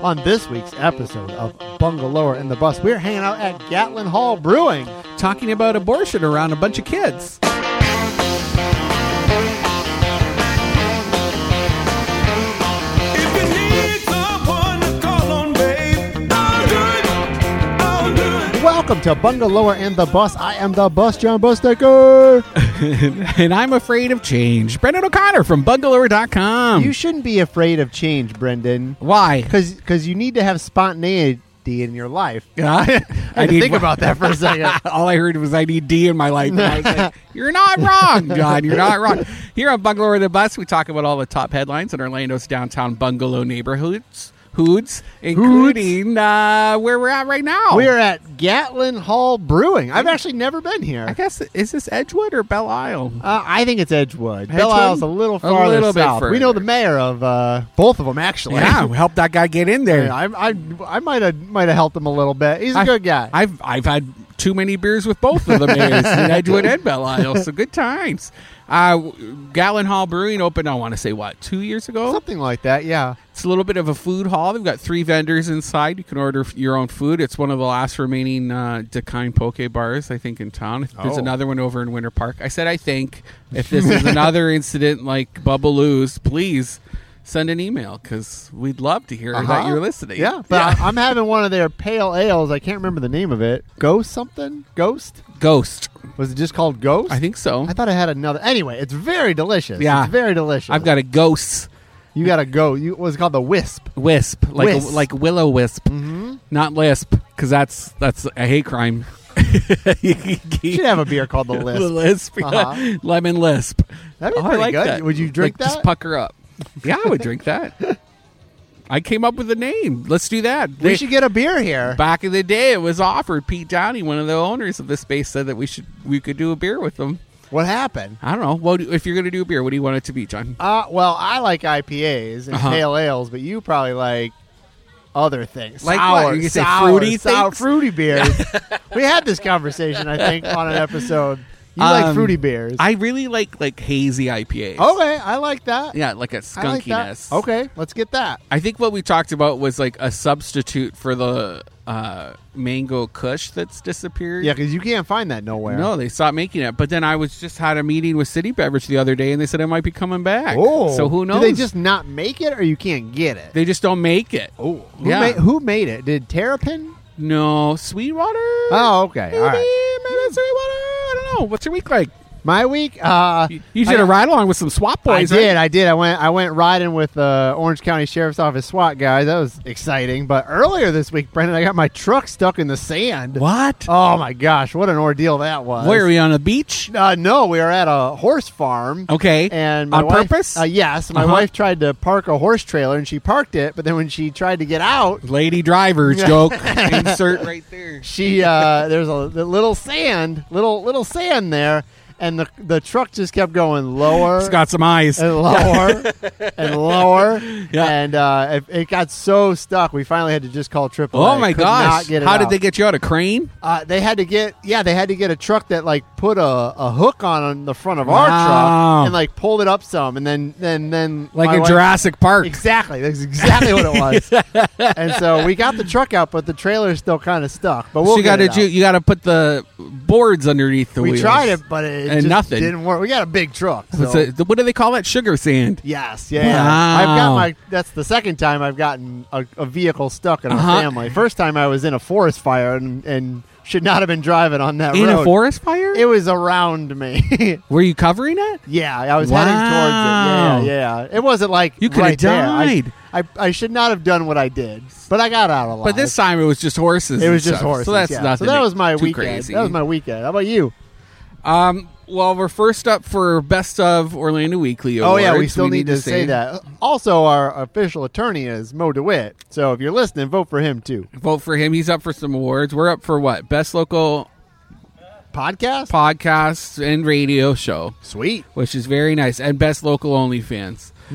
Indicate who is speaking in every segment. Speaker 1: On this week's episode of Bungalower in the Bus, we're hanging out at Gatlin Hall Brewing.
Speaker 2: talking about abortion around a bunch of kids.
Speaker 3: If you need someone to call on, babe, I'll do it. I'll do it.
Speaker 1: Welcome to Bungalower in the Bus. I am the bus, John Bustecker.
Speaker 2: and I'm afraid of change. Brendan O'Connor from bungalower.com.
Speaker 1: you shouldn't be afraid of change, Brendan,
Speaker 2: Why?
Speaker 1: because you need to have spontaneity in your life.
Speaker 2: I,
Speaker 1: I had to
Speaker 2: need-
Speaker 1: think about that for a second.
Speaker 2: All I heard was I need D in my life. And I was like, you're not wrong, John. You're not wrong. Here on Bungalower the Bus, we talk about all the top headlines in Orlando's downtown bungalow neighborhoods, hoods, including uh, where we're at right now.
Speaker 1: We're at Gatlin Hall Brewing. I've actually never been here.
Speaker 2: I guess, is this Edgewood or Belle Isle?
Speaker 1: Uh, I think it's Edgewood. Belle
Speaker 2: Edgewood?
Speaker 1: Isle's a little
Speaker 2: A
Speaker 1: farther
Speaker 2: little bit
Speaker 1: south. we know
Speaker 2: further.
Speaker 1: the mayor of uh, both of them, actually.
Speaker 2: yeah, help that guy get in there.
Speaker 1: Yeah, I, I, I might have might have helped him a little bit. He's a
Speaker 2: I-
Speaker 1: good guy.
Speaker 2: I've I've had too many beers with both of the mayors, and I do it at Belle Isle. So good times. Uh, Gallon Hall Brewing opened. I want to say what two years ago.
Speaker 1: Something like that. Yeah.
Speaker 2: It's a little bit of a food hall. They've got three vendors inside. You can order f- your own food. It's one of the last remaining uh, Dakine Poke bars, I think, in town. There's
Speaker 1: Oh.
Speaker 2: another one over in Winter Park. I said I think if this is another incident like Bubbaloo's, please send an email because we'd love to hear that
Speaker 1: Uh-huh.
Speaker 2: you're listening.
Speaker 1: Yeah. But I, I'm having one of their pale ales. I can't remember the name of it. Ghost something. Ghost.
Speaker 2: Ghost.
Speaker 1: Was it just called Ghost?
Speaker 2: I think so.
Speaker 1: I thought I had another. Anyway, it's very delicious.
Speaker 2: Yeah.
Speaker 1: It's very delicious.
Speaker 2: I've got a ghost.
Speaker 1: You got to go. You was it called the Wisp.
Speaker 2: wisp, like a-
Speaker 1: Wisp. Mm-hmm.
Speaker 2: like willow wisp, not lisp, because that's that's a hate crime.
Speaker 1: You should have a beer called the
Speaker 2: The
Speaker 1: Lisp.
Speaker 2: lisp, yeah.
Speaker 1: Uh-huh.
Speaker 2: lemon lisp.
Speaker 1: That'd be
Speaker 2: Oh, I
Speaker 1: pretty
Speaker 2: like
Speaker 1: good.
Speaker 2: that.
Speaker 1: Would you drink
Speaker 2: Like, Just
Speaker 1: that?
Speaker 2: pucker up. Yeah, I would drink that. I came up with a name. Let's do that. They-
Speaker 1: We should get a beer here.
Speaker 2: back in the day, it was offered. Pete Downey, one of the owners of the space, said that we should we could do a beer with them.
Speaker 1: What happened?
Speaker 2: I don't know. What do- if you're going to do a beer? What do you want it to be, John?
Speaker 1: Uh, well, I like IPAs and
Speaker 2: Uh-huh.
Speaker 1: pale ales, but you probably like other things.
Speaker 2: Like
Speaker 1: sour,
Speaker 2: what? You say
Speaker 1: sour,
Speaker 2: fruity
Speaker 1: sour,
Speaker 2: things?
Speaker 1: fruity beers. we had this conversation, I think, on an episode. You like
Speaker 2: Um,
Speaker 1: fruity beers?
Speaker 2: I really like like hazy IPAs.
Speaker 1: okay, I like that.
Speaker 2: yeah, like a
Speaker 1: I like that.
Speaker 2: skunkiness.
Speaker 1: Okay, let's get that.
Speaker 2: I think what we talked about was like a substitute for the uh, mango Kush that's disappeared.
Speaker 1: Yeah, because you can't find that nowhere.
Speaker 2: No, they stopped making it. But then I was just had a meeting with City Beverage the other day, and they said it might be coming back.
Speaker 1: Oh,
Speaker 2: so who knows?
Speaker 1: Do they just not make it, or you can't get it?
Speaker 2: They just don't make it.
Speaker 1: oh, who,
Speaker 2: yeah.
Speaker 1: made, who made it? Did Terrapin?
Speaker 2: No, Sweetwater.
Speaker 1: Oh, okay,
Speaker 2: maybe,
Speaker 1: all right.
Speaker 2: maybe Sweetwater. I don't know. What's your week like?
Speaker 1: My week. Uh,
Speaker 2: You, you did a
Speaker 1: I-
Speaker 2: ride along with some Swap
Speaker 1: I
Speaker 2: Boys. right?
Speaker 1: did. I did. I went. I went riding with uh, Orange County Sheriff's Office SWAT guys. That was exciting. But earlier this week, Brendan, I got my truck stuck in the sand.
Speaker 2: What?
Speaker 1: Oh my gosh! What an ordeal that was.
Speaker 2: Where are we on a beach?
Speaker 1: Uh, no, we were at a horse farm.
Speaker 2: Okay.
Speaker 1: And my
Speaker 2: Oh, on
Speaker 1: wife-
Speaker 2: purpose?
Speaker 1: Uh, yes, my
Speaker 2: Uh-huh.
Speaker 1: wife tried to park a horse trailer, and she parked it. But then when she tried to get out,
Speaker 2: Lady driver joke. Insert right there.
Speaker 1: she uh, there's a the little sand, little little sand there, and the the truck just kept going lower.
Speaker 2: It's got some eyes.
Speaker 1: and lower and lower.
Speaker 2: Yeah.
Speaker 1: And uh, it, it got so stuck, we finally had to just call AAA.
Speaker 2: Oh my
Speaker 1: Could not
Speaker 2: gosh!
Speaker 1: get it
Speaker 2: How
Speaker 1: out.
Speaker 2: did they get you out? A crane?
Speaker 1: Uh, they had to get yeah, they had to get a truck that like put a, a hook on, on the front of our
Speaker 2: Wow.
Speaker 1: truck and like pulled it up some, and then then then
Speaker 2: Like
Speaker 1: my
Speaker 2: in
Speaker 1: wife-
Speaker 2: Jurassic Park?
Speaker 1: Exactly, that's exactly what it was. and so we got the truck out, but the trailer's still kind of stuck. But we'll
Speaker 2: so you
Speaker 1: got
Speaker 2: got to ju- you got to put the boards underneath the
Speaker 1: We
Speaker 2: wheels.
Speaker 1: tried it, but it
Speaker 2: And
Speaker 1: just
Speaker 2: nothing.
Speaker 1: didn't work. We got a big truck. So.
Speaker 2: It's a- the- what do they call it? Sugar sand.
Speaker 1: Yes, yeah. yeah.
Speaker 2: Wow.
Speaker 1: I've got my. That's the second time I've gotten a, a vehicle stuck in a
Speaker 2: Uh-huh.
Speaker 1: family. First time I was in a forest fire and, and should not have been driving on that
Speaker 2: In
Speaker 1: road.
Speaker 2: a forest fire?
Speaker 1: It was around me.
Speaker 2: Were you covering it?
Speaker 1: yeah, I was
Speaker 2: Wow.
Speaker 1: heading towards it. Yeah, yeah. It wasn't like
Speaker 2: You coulda
Speaker 1: right there. I-
Speaker 2: died.
Speaker 1: I, I should not have done what I did, but I got out alive.
Speaker 2: But this time it was just horses.
Speaker 1: it
Speaker 2: and
Speaker 1: was just
Speaker 2: stuff.
Speaker 1: horses.
Speaker 2: So that's
Speaker 1: yeah.
Speaker 2: nothing.
Speaker 1: So that was my
Speaker 2: too
Speaker 1: weekend.
Speaker 2: Crazy.
Speaker 1: That was my weekend. How about you?
Speaker 2: Um. Well, we're first up for best of Orlando Weekly.
Speaker 1: Oh yeah, we
Speaker 2: Awards.
Speaker 1: still need, to say, that. Also, our official attorney is Mo DeWitt. So if you're listening, vote for him too.
Speaker 2: Vote for him. He's up for some awards. We're up for what? Best local
Speaker 1: Podcast.
Speaker 2: podcast and radio show.
Speaker 1: Sweet.
Speaker 2: which is very nice, and best local OnlyFans.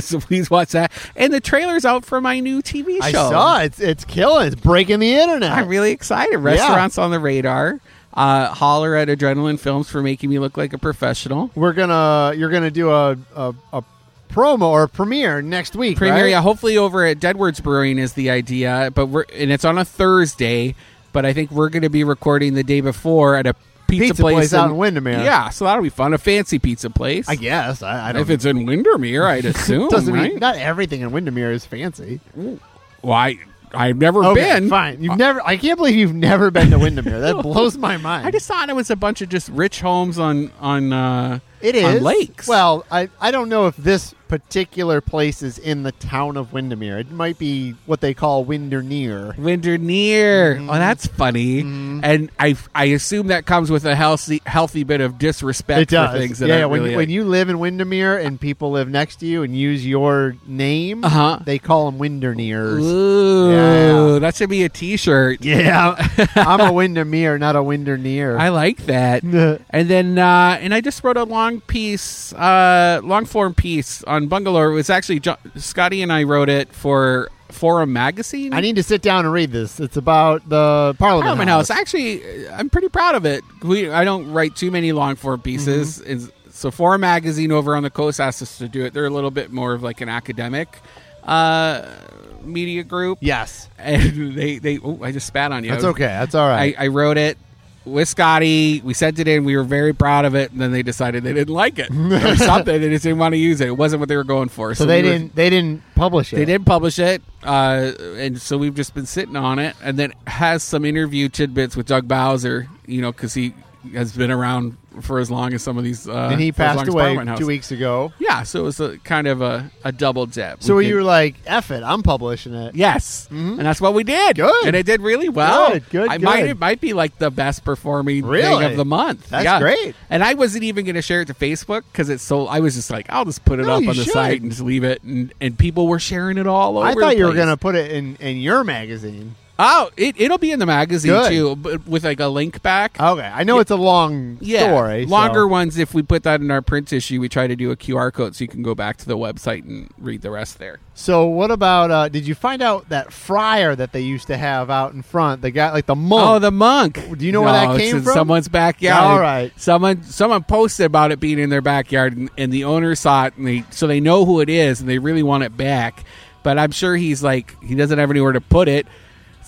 Speaker 2: so please watch that. And the trailer's out for my new TV show.
Speaker 1: I saw it. it's it's killing. It's breaking the internet.
Speaker 2: I'm really excited. Restaurants on the radar. Uh, holler at Adrenaline Films for making me look like a professional.
Speaker 1: We're gonna you're gonna do a a, a promo or premiere next week.
Speaker 2: Premier,
Speaker 1: right?
Speaker 2: yeah, hopefully over at Deadwards Brewing is the idea, but we're and it's on a Thursday, but I think we're going to be recording the day before at a pizza,
Speaker 1: Pizza place out in Windermere.
Speaker 2: Yeah, so that'll be fun. A fancy pizza place.
Speaker 1: I guess. I, I don't.
Speaker 2: if it's in Windermere, I'd assume.
Speaker 1: doesn't
Speaker 2: right?
Speaker 1: mean not everything in Windermere is fancy.
Speaker 2: well, I I've never
Speaker 1: Okay,
Speaker 2: been.
Speaker 1: fine. You've never. I can't believe you've never been to Windermere. That blows my mind.
Speaker 2: I just thought it was a bunch of just rich homes on on uh,
Speaker 1: It is
Speaker 2: on lakes.
Speaker 1: Well, I I don't know if this particular place is in the town of Windermere. It might be what they call Windermere.
Speaker 2: Windermere.
Speaker 1: Mm-hmm.
Speaker 2: Oh, that's funny. And I I assume that comes with a healthy healthy bit of disrespect
Speaker 1: It does.
Speaker 2: for things that
Speaker 1: yeah,
Speaker 2: I
Speaker 1: when,
Speaker 2: really
Speaker 1: when you live in Windermere and people live next to you and use your name,
Speaker 2: Uh-huh.
Speaker 1: they call them Winderneers.
Speaker 2: Ooh,
Speaker 1: Yeah.
Speaker 2: that should be a T-shirt.
Speaker 1: Yeah, I'm a Windermere, not a Winderneer.
Speaker 2: I like that. and then, uh, and I just wrote a long piece, uh, long form piece on Bungalow. It was actually jo- Scotty and I wrote it for Forum Magazine.
Speaker 1: I need to sit down and read this. It's about the Parliament,
Speaker 2: Parliament
Speaker 1: House.
Speaker 2: House. Actually, uh, I'm pretty proud of it. We, I don't write too many long
Speaker 1: Mm-hmm.
Speaker 2: form pieces. Is So, Forum Magazine over on the coast asked us to do it. They're a little bit more of like an academic uh, media group.
Speaker 1: Yes,
Speaker 2: And they, they, oh, I just spat on you.
Speaker 1: that's okay. That's all
Speaker 2: I,
Speaker 1: right.
Speaker 2: I wrote it with Scotty. We sent it in. We were very proud of it, and then they decided they didn't like it or something. They just didn't want to use it. It wasn't what they were going for.
Speaker 1: so they
Speaker 2: we were-
Speaker 1: didn't. They didn't publish it.
Speaker 2: they did publish it, uh, and so we've just been sitting on it, and then it has some interview tidbits with Doug Bowser. You know, because he has been around for as long as some of these. Uh,
Speaker 1: And he
Speaker 2: for as long
Speaker 1: passed
Speaker 2: as
Speaker 1: away
Speaker 2: Parliament House.
Speaker 1: two weeks ago.
Speaker 2: Yeah, so it was a kind of a, a double dip.
Speaker 1: So
Speaker 2: We
Speaker 1: you
Speaker 2: did-
Speaker 1: were like, "F it, I'm publishing it."
Speaker 2: Yes, and that's what we did.
Speaker 1: Good.
Speaker 2: and it did really well.
Speaker 1: Good, good,
Speaker 2: I might
Speaker 1: good.
Speaker 2: it might be like the best performing
Speaker 1: Really?
Speaker 2: thing of the month.
Speaker 1: That's
Speaker 2: Yeah.
Speaker 1: great.
Speaker 2: And I wasn't even going to share it to Facebook because it's so. I was just like, I'll just put it
Speaker 1: No,
Speaker 2: up
Speaker 1: you
Speaker 2: on the
Speaker 1: should.
Speaker 2: site and just leave it. And, and people were sharing it all over.
Speaker 1: I thought
Speaker 2: the
Speaker 1: you were
Speaker 2: place.
Speaker 1: going to put it in in your magazine.
Speaker 2: Oh, it it'll be in the magazine
Speaker 1: Good.
Speaker 2: too, but with like a link back.
Speaker 1: Okay, I know it's a long
Speaker 2: yeah,
Speaker 1: story. so-
Speaker 2: longer ones. If we put that in our print issue, we try to do a QR code so you can go back to the website and read the rest there.
Speaker 1: So what about? Uh, did you find out that friar that they used to have out in front? The guy, like the monk.
Speaker 2: Oh, the monk.
Speaker 1: Do you know where that
Speaker 2: it's
Speaker 1: came
Speaker 2: in
Speaker 1: from?
Speaker 2: Someone's backyard.
Speaker 1: All right.
Speaker 2: Someone someone posted about it being in their backyard, and, and the owner saw it, and they so they know who it is, and they really want it back. But I'm sure he's like he doesn't have anywhere to put it,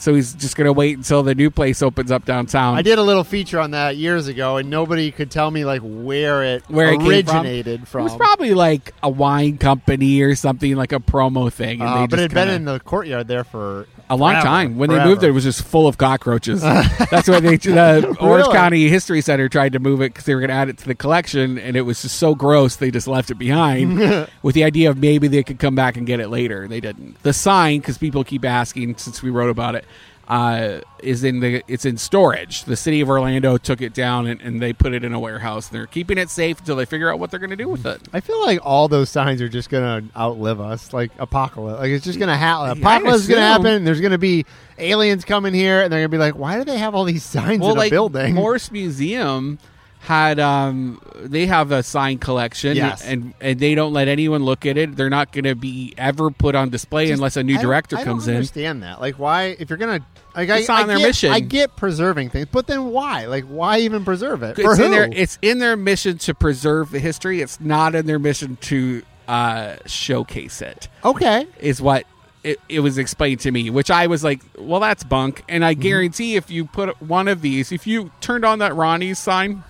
Speaker 2: so he's just gonna wait until the new place opens up downtown.
Speaker 1: I did a little feature on that years ago, and nobody could tell me like where it
Speaker 2: Where it came from.
Speaker 1: originated
Speaker 2: It
Speaker 1: from.
Speaker 2: was probably like a wine company or something, like a promo thing. And
Speaker 1: Uh,
Speaker 2: they
Speaker 1: but it
Speaker 2: just
Speaker 1: had been
Speaker 2: kinda-
Speaker 1: in the courtyard there for
Speaker 2: a long
Speaker 1: forever,
Speaker 2: time. When they
Speaker 1: forever.
Speaker 2: moved it, it was just full of cockroaches. That's why they the Orange
Speaker 1: Really?
Speaker 2: County History Center tried to move it because they were going to add it to the collection, and it was just so gross they just left it behind with the idea of maybe they could come back and get it later. They didn't. The sign, because people keep asking since we wrote about it. Uh, is in the it's in storage. The city of Orlando took it down and, and they put it in a warehouse. And they're keeping it safe until they figure out what they're going to do with it.
Speaker 1: I feel like all those signs are just going to outlive us, like apocalypse. Like it's just going to happen.
Speaker 2: I
Speaker 1: Apocalypse is going to
Speaker 2: assume.
Speaker 1: happen. And there's going to be aliens coming here, and they're going to be like, "Why do they have all these signs in a building?"
Speaker 2: Morse Museum had um they have a sign collection
Speaker 1: Yes.
Speaker 2: and and they don't let anyone look at it. They're not going to be ever put on display unless a new
Speaker 1: I-
Speaker 2: director
Speaker 1: I
Speaker 2: comes
Speaker 1: don't
Speaker 2: in.
Speaker 1: Understand that? Like, why? If you're gonna, like, I,
Speaker 2: It's on
Speaker 1: I
Speaker 2: their
Speaker 1: get,
Speaker 2: mission.
Speaker 1: I get preserving things, but then why? Like, why even preserve it? For
Speaker 2: It's
Speaker 1: who?
Speaker 2: in their it's in their mission to preserve the history. It's not in their mission to uh showcase it.
Speaker 1: okay.
Speaker 2: Is what it, it was explained to me, which I was like, well, that's bunk. And
Speaker 1: Mm-hmm.
Speaker 2: I guarantee if you put one of these, if you turned on that Ronnie's sign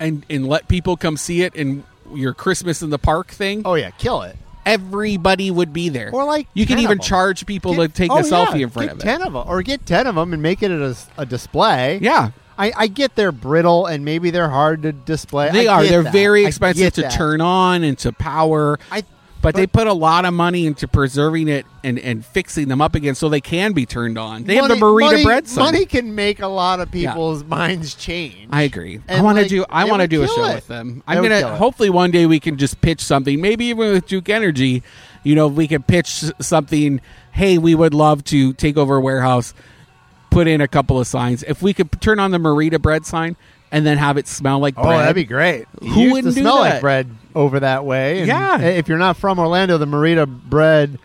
Speaker 2: and, and let people come see it in your Christmas in the Park thing,
Speaker 1: Oh yeah, kill it.
Speaker 2: everybody would be there.
Speaker 1: Or, like,
Speaker 2: you
Speaker 1: 10
Speaker 2: can
Speaker 1: of
Speaker 2: even
Speaker 1: them.
Speaker 2: charge people
Speaker 1: Get-
Speaker 2: to take
Speaker 1: oh,
Speaker 2: a selfie
Speaker 1: yeah,
Speaker 2: in front
Speaker 1: get
Speaker 2: of it.
Speaker 1: Ten of them, or get ten of them and make it a, a display.
Speaker 2: Yeah,
Speaker 1: I, I get they're brittle and maybe they're hard to display.
Speaker 2: they
Speaker 1: I
Speaker 2: are.
Speaker 1: get
Speaker 2: They're
Speaker 1: that.
Speaker 2: very
Speaker 1: I
Speaker 2: expensive
Speaker 1: get
Speaker 2: to
Speaker 1: that.
Speaker 2: turn on and to power.
Speaker 1: I
Speaker 2: but, they put a lot of money into preserving it and, and fixing them up again so they can be turned on. They have the Marita
Speaker 1: money,
Speaker 2: bread sign.
Speaker 1: Money can make a lot of people's minds change.
Speaker 2: I agree. I
Speaker 1: And,
Speaker 2: want to
Speaker 1: like,
Speaker 2: do. I
Speaker 1: they
Speaker 2: want to
Speaker 1: would
Speaker 2: do a
Speaker 1: kill
Speaker 2: show
Speaker 1: it.
Speaker 2: with them.
Speaker 1: They
Speaker 2: I'm
Speaker 1: would
Speaker 2: gonna.
Speaker 1: kill it.
Speaker 2: Hopefully, one day we can just pitch something. Maybe even with Duke Energy, you know, we can pitch s- something. Hey, we would love to take over a warehouse, put in a couple of signs. If we could turn on the Marita bread sign and then have it smell like
Speaker 1: Oh,
Speaker 2: bread,
Speaker 1: that'd be great. You
Speaker 2: Who
Speaker 1: used
Speaker 2: wouldn't
Speaker 1: to
Speaker 2: do
Speaker 1: smell like
Speaker 2: that?
Speaker 1: bread over that way? and
Speaker 2: Yeah.
Speaker 1: If you're not from Orlando, the Marita Bread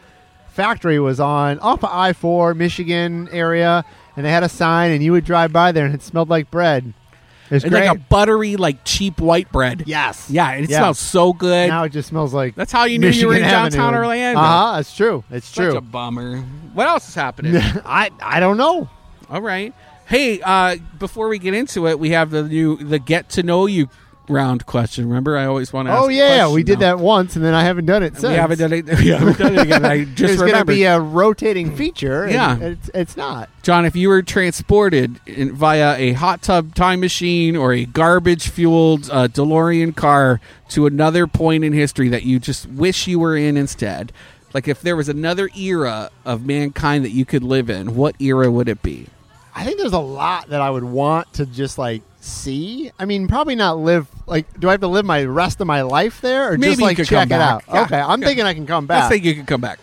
Speaker 1: factory was on off of I four Michigan area, and they had a sign, and you would drive by there, and it smelled like bread. It's
Speaker 2: and like a
Speaker 1: great.
Speaker 2: buttery, like cheap white bread.
Speaker 1: Yes.
Speaker 2: Yeah, and it
Speaker 1: Yeah.
Speaker 2: smells so good.
Speaker 1: Now it just smells like.
Speaker 2: That's how you knew you were in downtown Orlando.
Speaker 1: Uh huh. It's true. It's
Speaker 2: Such a
Speaker 1: true.
Speaker 2: bummer. What else is happening?
Speaker 1: I I don't know.
Speaker 2: All right. Hey, uh, before we get into it, we have the new the get to know you round question. Remember, I always want to.
Speaker 1: Oh yeah, we did that once, and then I haven't done it since.
Speaker 2: We haven't done it. We haven't done it again. I just
Speaker 1: It's going to
Speaker 2: remembered,
Speaker 1: be a rotating feature. and
Speaker 2: Yeah.
Speaker 1: it's, it's not.
Speaker 2: John. If you were transported in, via a hot tub time machine or a garbage fueled uh, DeLorean car to another point in history that you just wish you were in instead, like if there was another era of mankind that you could live in, what era would it be?
Speaker 1: I think there's a lot that I would want to just like see. I mean, probably not live. Like, do I have to live my rest of my life there, or
Speaker 2: Maybe
Speaker 1: just
Speaker 2: you
Speaker 1: like
Speaker 2: could
Speaker 1: check
Speaker 2: come
Speaker 1: it
Speaker 2: back.
Speaker 1: out?
Speaker 2: Yeah.
Speaker 1: Okay, I'm
Speaker 2: Yeah.
Speaker 1: thinking I can come
Speaker 2: I
Speaker 1: back.
Speaker 2: think you could come back.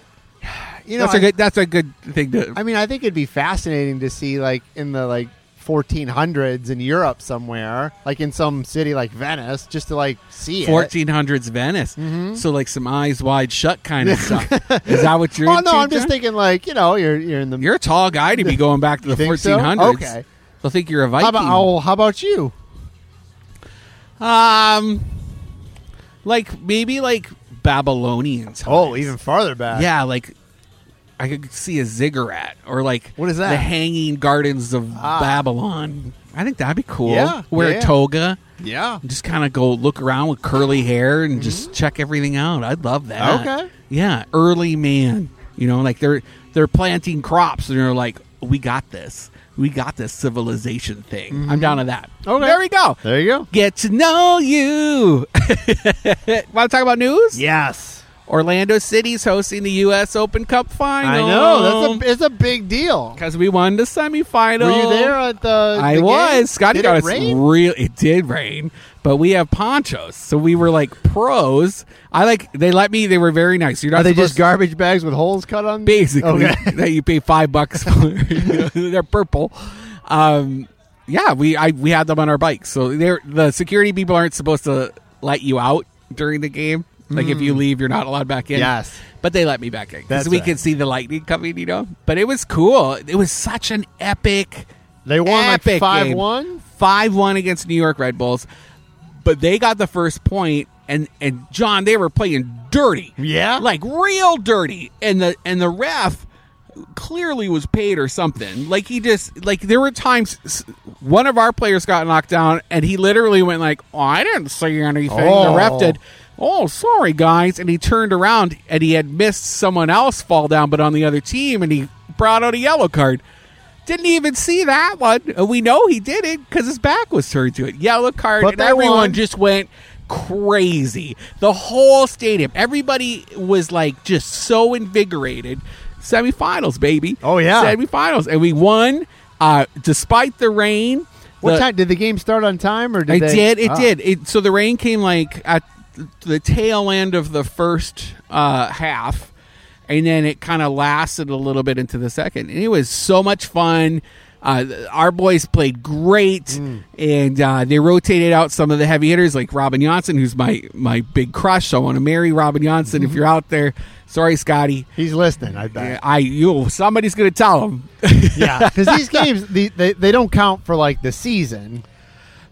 Speaker 1: you know,
Speaker 2: that's a
Speaker 1: I-
Speaker 2: good. That's a good thing to.
Speaker 1: I mean, I think it'd be fascinating to see like in the like 1400s in Europe somewhere, like in some city like Venice, just to like see it. Mm-hmm.
Speaker 2: 1400s Venice. So like some eyes wide shut kind of stuff. Is that what you're?
Speaker 1: Well,
Speaker 2: into,
Speaker 1: Oh, no, I'm just
Speaker 2: John?
Speaker 1: thinking like you know you're you're in the.
Speaker 2: You're a tall guy to be going back to the
Speaker 1: think so?
Speaker 2: 1400s.
Speaker 1: Okay.
Speaker 2: They'll think you're a Viking.
Speaker 1: how about oh, how about you?
Speaker 2: um, like maybe like Babylonians.
Speaker 1: Oh, even farther back.
Speaker 2: yeah, like I could see a ziggurat or like
Speaker 1: What is that?
Speaker 2: The Hanging Gardens of
Speaker 1: Ah.
Speaker 2: Babylon. I think that'd be cool.
Speaker 1: Yeah,
Speaker 2: Wear
Speaker 1: yeah.
Speaker 2: a toga.
Speaker 1: yeah.
Speaker 2: just kind of go look around with curly hair and just check everything out. I'd love that.
Speaker 1: Mm-hmm. Okay.
Speaker 2: Yeah, early man. You know, like they're they're planting crops and they're like, we got this. We got this civilization thing. I'm down to that.
Speaker 1: Mm-hmm. Okay.
Speaker 2: There we go.
Speaker 1: There you go.
Speaker 2: Get to know you. Want to talk about news?
Speaker 1: Yes.
Speaker 2: Orlando City's hosting the U.S. Open Cup final.
Speaker 1: I know that's a it's a big deal.
Speaker 2: because we won the semifinal.
Speaker 1: Were you there at the?
Speaker 2: I
Speaker 1: the game?
Speaker 2: was. Scotty
Speaker 1: Did
Speaker 2: got
Speaker 1: it
Speaker 2: us
Speaker 1: rain?
Speaker 2: real. It did rain, but we have ponchos, so we were like pros. I like. They let me. They were very nice. You're not
Speaker 1: Are Oh, they just
Speaker 2: supposed-
Speaker 1: garbage bags with holes cut on? them?
Speaker 2: basically
Speaker 1: Okay.
Speaker 2: that you pay five bucks for. They're purple. Um, yeah, we I we had them on our bikes, so they're the security people aren't supposed to let you out during the game. Like if you leave, you're not allowed back in.
Speaker 1: Hmm. Yes.
Speaker 2: but they let me back in because
Speaker 1: That's
Speaker 2: we
Speaker 1: right.
Speaker 2: could see the lightning coming. You know, but it was cool. It was such an epic.
Speaker 1: They won like
Speaker 2: epic game.
Speaker 1: 5-1?
Speaker 2: 5 1 against New York Red Bulls. But they got the first point, and, and John, they were playing dirty.
Speaker 1: Yeah?
Speaker 2: Like real dirty. And the and the ref clearly was paid or something. Like he just like there were times s- one of our players got knocked down and he literally went like, "Oh, I didn't see anything." The
Speaker 1: Oh.
Speaker 2: ref did. "Oh, sorry guys." And he turned around and he had missed someone else fall down but on the other team and he brought out a yellow card. Didn't even see that one. And we know he did it because his back was turned to it. Yellow card.
Speaker 1: But
Speaker 2: and
Speaker 1: they
Speaker 2: everyone
Speaker 1: won.
Speaker 2: just went crazy. The whole stadium. Everybody was like just so invigorated. Semifinals, baby.
Speaker 1: Oh, yeah.
Speaker 2: Semifinals. And we won uh, despite the rain.
Speaker 1: What
Speaker 2: The-
Speaker 1: time did the game start on time or did
Speaker 2: it
Speaker 1: they-
Speaker 2: did. It
Speaker 1: Ah.
Speaker 2: did. It, so the rain came like at the tail end of the first uh, half, and then it kind of lasted a little bit into the second. And it was so much fun. Uh, th- our boys played great,
Speaker 1: Mm.
Speaker 2: and uh, they rotated out some of the heavy hitters like Robin Johnson, who's my my big crush. So I want to marry Robin Johnson.
Speaker 1: Mm-hmm.
Speaker 2: if you're out there, sorry, Scotty.
Speaker 1: He's listening. I bet.
Speaker 2: I you somebody's gonna tell him.
Speaker 1: Yeah, because these games the, they they don't count for like the season.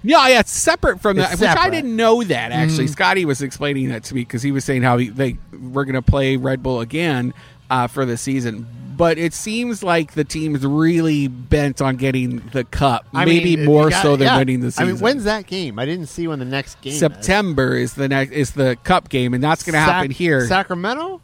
Speaker 2: Yeah, yeah, it's separate from that,
Speaker 1: It's
Speaker 2: which I
Speaker 1: separate. Mm-hmm.
Speaker 2: didn't know that actually. Scotty was explaining that to me because he was saying how he, they were going to play Red Bull again uh, for the season, but it seems like the team's really bent on getting the cup,
Speaker 1: I
Speaker 2: maybe
Speaker 1: mean,
Speaker 2: more
Speaker 1: you got-
Speaker 2: so than
Speaker 1: yeah.
Speaker 2: winning the season.
Speaker 1: I mean, when's that game? I didn't see when the next game. is.
Speaker 2: September is the next is the cup game, and that's going to
Speaker 1: Sac-
Speaker 2: happen here.
Speaker 1: Sacramento.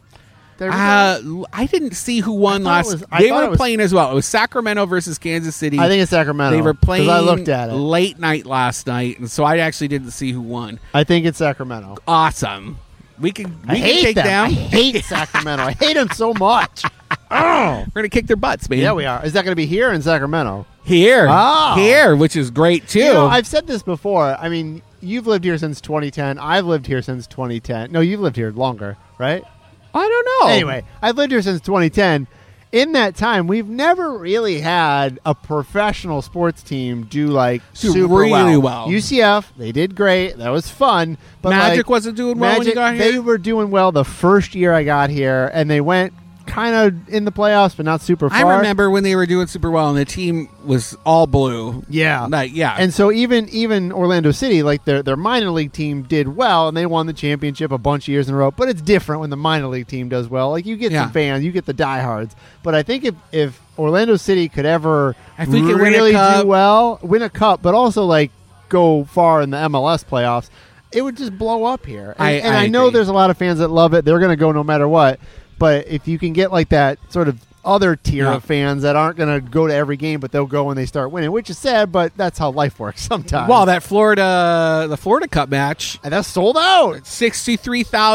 Speaker 1: There we go.
Speaker 2: uh, l- I didn't see who
Speaker 1: I
Speaker 2: won
Speaker 1: thought it
Speaker 2: last.
Speaker 1: was- I
Speaker 2: they
Speaker 1: thought
Speaker 2: were
Speaker 1: it was-
Speaker 2: playing as well. It was Sacramento versus Kansas City.
Speaker 1: I think it's Sacramento.
Speaker 2: they were
Speaker 1: 'cause
Speaker 2: playing.
Speaker 1: I looked at it.
Speaker 2: late night last night, and so I actually didn't see who won.
Speaker 1: I think it's Sacramento.
Speaker 2: awesome. We can we
Speaker 1: I
Speaker 2: can
Speaker 1: hate
Speaker 2: take
Speaker 1: them.
Speaker 2: down.
Speaker 1: I hate Sacramento. I hate them so much.
Speaker 2: We're gonna kick their butts, man.
Speaker 1: Yeah, we are. Is that going to be here in Sacramento?
Speaker 2: here,
Speaker 1: Oh.
Speaker 2: here, which is great too.
Speaker 1: You know, I've said this before. I mean, you've lived here since 2010. I've lived here since 2010. No, you've lived here longer, right?
Speaker 2: I don't know.
Speaker 1: Anyway, I've lived here since 2010. In that time, we've never really had a professional sports team do like
Speaker 2: Do
Speaker 1: super
Speaker 2: really well.
Speaker 1: well. UCF, they did great. That was fun. But
Speaker 2: Magic
Speaker 1: like,
Speaker 2: wasn't doing well when you got
Speaker 1: They
Speaker 2: here?
Speaker 1: were doing well the first year I got here, and they went kind of in the playoffs, but not super far.
Speaker 2: I remember when they were doing super well and the team was all blue.
Speaker 1: Yeah.
Speaker 2: Like, yeah.
Speaker 1: And so even even Orlando City, like their their minor league team did well and they won the championship a bunch of years in a row. But it's different when the minor league team does well. Like you get
Speaker 2: Yeah.
Speaker 1: some fans, you get the diehards. But I think if if Orlando City could ever
Speaker 2: If we could win a
Speaker 1: really
Speaker 2: cup.
Speaker 1: do well, win a cup, but also like go far in the MLS playoffs, it would just blow up here. And
Speaker 2: I-
Speaker 1: and
Speaker 2: I
Speaker 1: I know
Speaker 2: agree.
Speaker 1: there's a lot of fans that love it. They're going to go no matter what. But if you can get like that sort of other tier
Speaker 2: Yeah.
Speaker 1: of fans that aren't going to go to every game, but they'll go when they start winning, which is sad, but that's how life works sometimes.
Speaker 2: well, that Florida, the Florida Cup match,
Speaker 1: and that's sold out.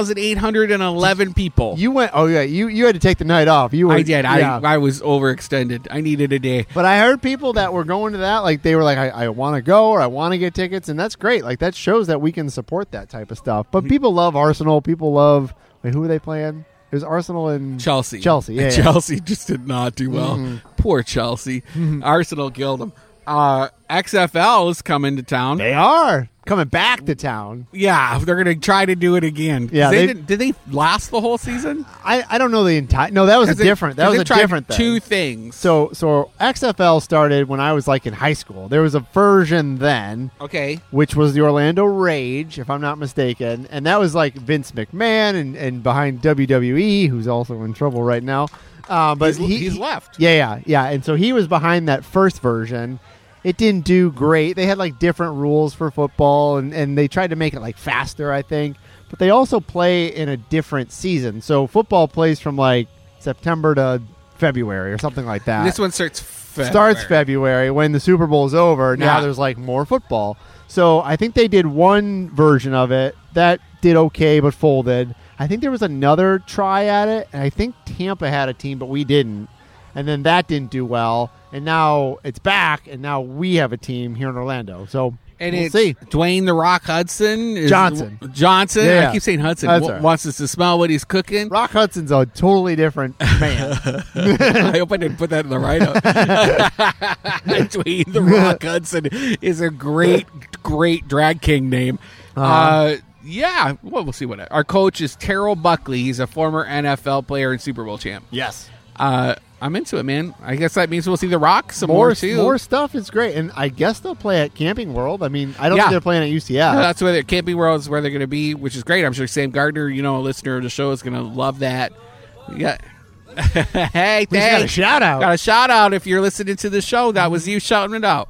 Speaker 2: 63,811 people.
Speaker 1: You went. Oh yeah, you you had to take the night off. You were,
Speaker 2: I did. I,
Speaker 1: yeah.
Speaker 2: I was overextended. I needed a day.
Speaker 1: but I heard people that were going to that, like they were like, I, I want to go or I want to get tickets, and that's great. Like that shows that we can support that type of stuff. But
Speaker 2: Mm-hmm.
Speaker 1: people love Arsenal. People love. Wait, who were they playing? It was Arsenal and
Speaker 2: Chelsea.
Speaker 1: Chelsea. Yeah, Mm-hmm.
Speaker 2: And
Speaker 1: yeah.
Speaker 2: Chelsea just did not do well. Poor Chelsea.
Speaker 1: Mm-hmm.
Speaker 2: Arsenal killed them. Uh, XFL is coming to town.
Speaker 1: They are coming back to town.
Speaker 2: yeah, they're going to try to do it again.
Speaker 1: Yeah,
Speaker 2: they
Speaker 1: they-
Speaker 2: didn't, did they last the whole season?
Speaker 1: I, I don't know the entire. No, that was a
Speaker 2: 'Cause they-
Speaker 1: different.
Speaker 2: 'cause
Speaker 1: That was
Speaker 2: they
Speaker 1: a
Speaker 2: tried
Speaker 1: different thing.
Speaker 2: Two things.
Speaker 1: So so XFL started when I was like in high school. There was a version then,
Speaker 2: okay,
Speaker 1: which was the Orlando Rage, if I'm not mistaken, and that was like Vince McMahon and, and behind WWE, who's also in trouble right now. Uh, but
Speaker 2: He's-
Speaker 1: he,
Speaker 2: he's left.
Speaker 1: Yeah, yeah, yeah. And so he was behind that first version. It didn't do great. They had like different rules for football, and, and they tried to make it like faster, I think. But they also play in a different season. So football plays from like September to February or something like that
Speaker 2: this one starts February.
Speaker 1: Uh, starts February when the Super Bowl is over. Now
Speaker 2: Yeah.
Speaker 1: there's like more football. So I think they did one version of it that did okay but folded. I think there was another try at it, and I think Tampa had a team, but we didn't. And then that didn't do well, and now it's back, and now we have a team here in Orlando. So
Speaker 2: And
Speaker 1: we'll
Speaker 2: it's
Speaker 1: see.
Speaker 2: Dwayne the Rock Hudson is,
Speaker 1: Johnson.
Speaker 2: Johnson.
Speaker 1: Yeah.
Speaker 2: I keep saying Hudson.
Speaker 1: That's
Speaker 2: W-
Speaker 1: all right.
Speaker 2: Wants us to smell what he's cooking.
Speaker 1: Rock Hudson's a totally different man.
Speaker 2: I hope I didn't put that in the write up. Dwayne the Rock Hudson is a great, great drag king name. uh
Speaker 1: Uh-huh.
Speaker 2: yeah, well, we'll see what our coach is. Terrell Buckley. He's a former NFL player and Super Bowl champ.
Speaker 1: yes.
Speaker 2: Uh, I'm into it, man. I guess that means we'll see the Rock some more,
Speaker 1: More,
Speaker 2: too.
Speaker 1: more stuff is great, and I guess they'll play at Camping World. I mean, I don't
Speaker 2: Yeah.
Speaker 1: think they're playing at UCF.
Speaker 2: No, Uh, that's where they can't be worlds where they're going to be, which is great. I'm sure Sam Gardner, you know, a listener of the show, is going to love that. Yeah. hey,
Speaker 1: He's got a
Speaker 2: thanks.
Speaker 1: shout out.
Speaker 2: Got a shout out if you're listening to the show. That was you shouting it out.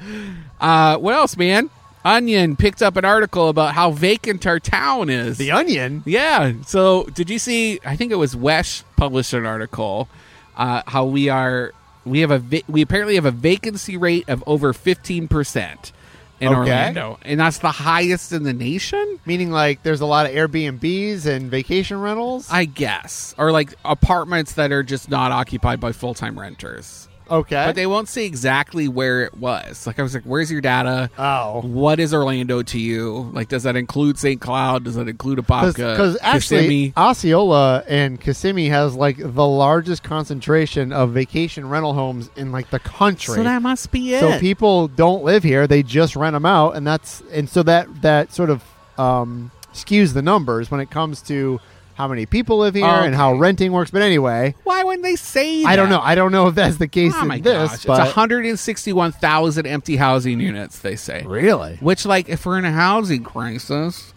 Speaker 2: uh, what else, man? Onion picked up an article about how vacant our town is.
Speaker 1: the Onion.
Speaker 2: yeah. So, did you see? I think it was Wesh published an article uh, how we are we have a va- we apparently have a vacancy rate of over fifteen percent in
Speaker 1: Okay.
Speaker 2: Orlando, and that's the highest in the nation.
Speaker 1: Meaning, like, there's a lot of Airbnbs and vacation rentals.
Speaker 2: I guess, or like apartments that are just not occupied by full time renters.
Speaker 1: okay.
Speaker 2: But they won't say exactly where it was. Like I was like, "Where's your data?
Speaker 1: oh,
Speaker 2: What is Orlando to you? Like, does that include St. Cloud? Does that include Apopka?
Speaker 1: because actually, uh,
Speaker 2: Kissimmee?
Speaker 1: Osceola and Kissimmee has like the largest concentration of vacation rental homes in like the country.
Speaker 2: so that must be it.
Speaker 1: So people don't live here; they just rent them out, and that's and so that that sort of um, skews the numbers when it comes to how many people live here and how
Speaker 2: Okay.
Speaker 1: renting works. But anyway,
Speaker 2: Why wouldn't they say?
Speaker 1: I don't
Speaker 2: that?
Speaker 1: know. I don't know if that's the case
Speaker 2: Oh
Speaker 1: in
Speaker 2: my
Speaker 1: this,
Speaker 2: gosh!
Speaker 1: but
Speaker 2: It's 161,000 empty housing units. They say.
Speaker 1: really,
Speaker 2: Which, like, if we're in a housing crisis,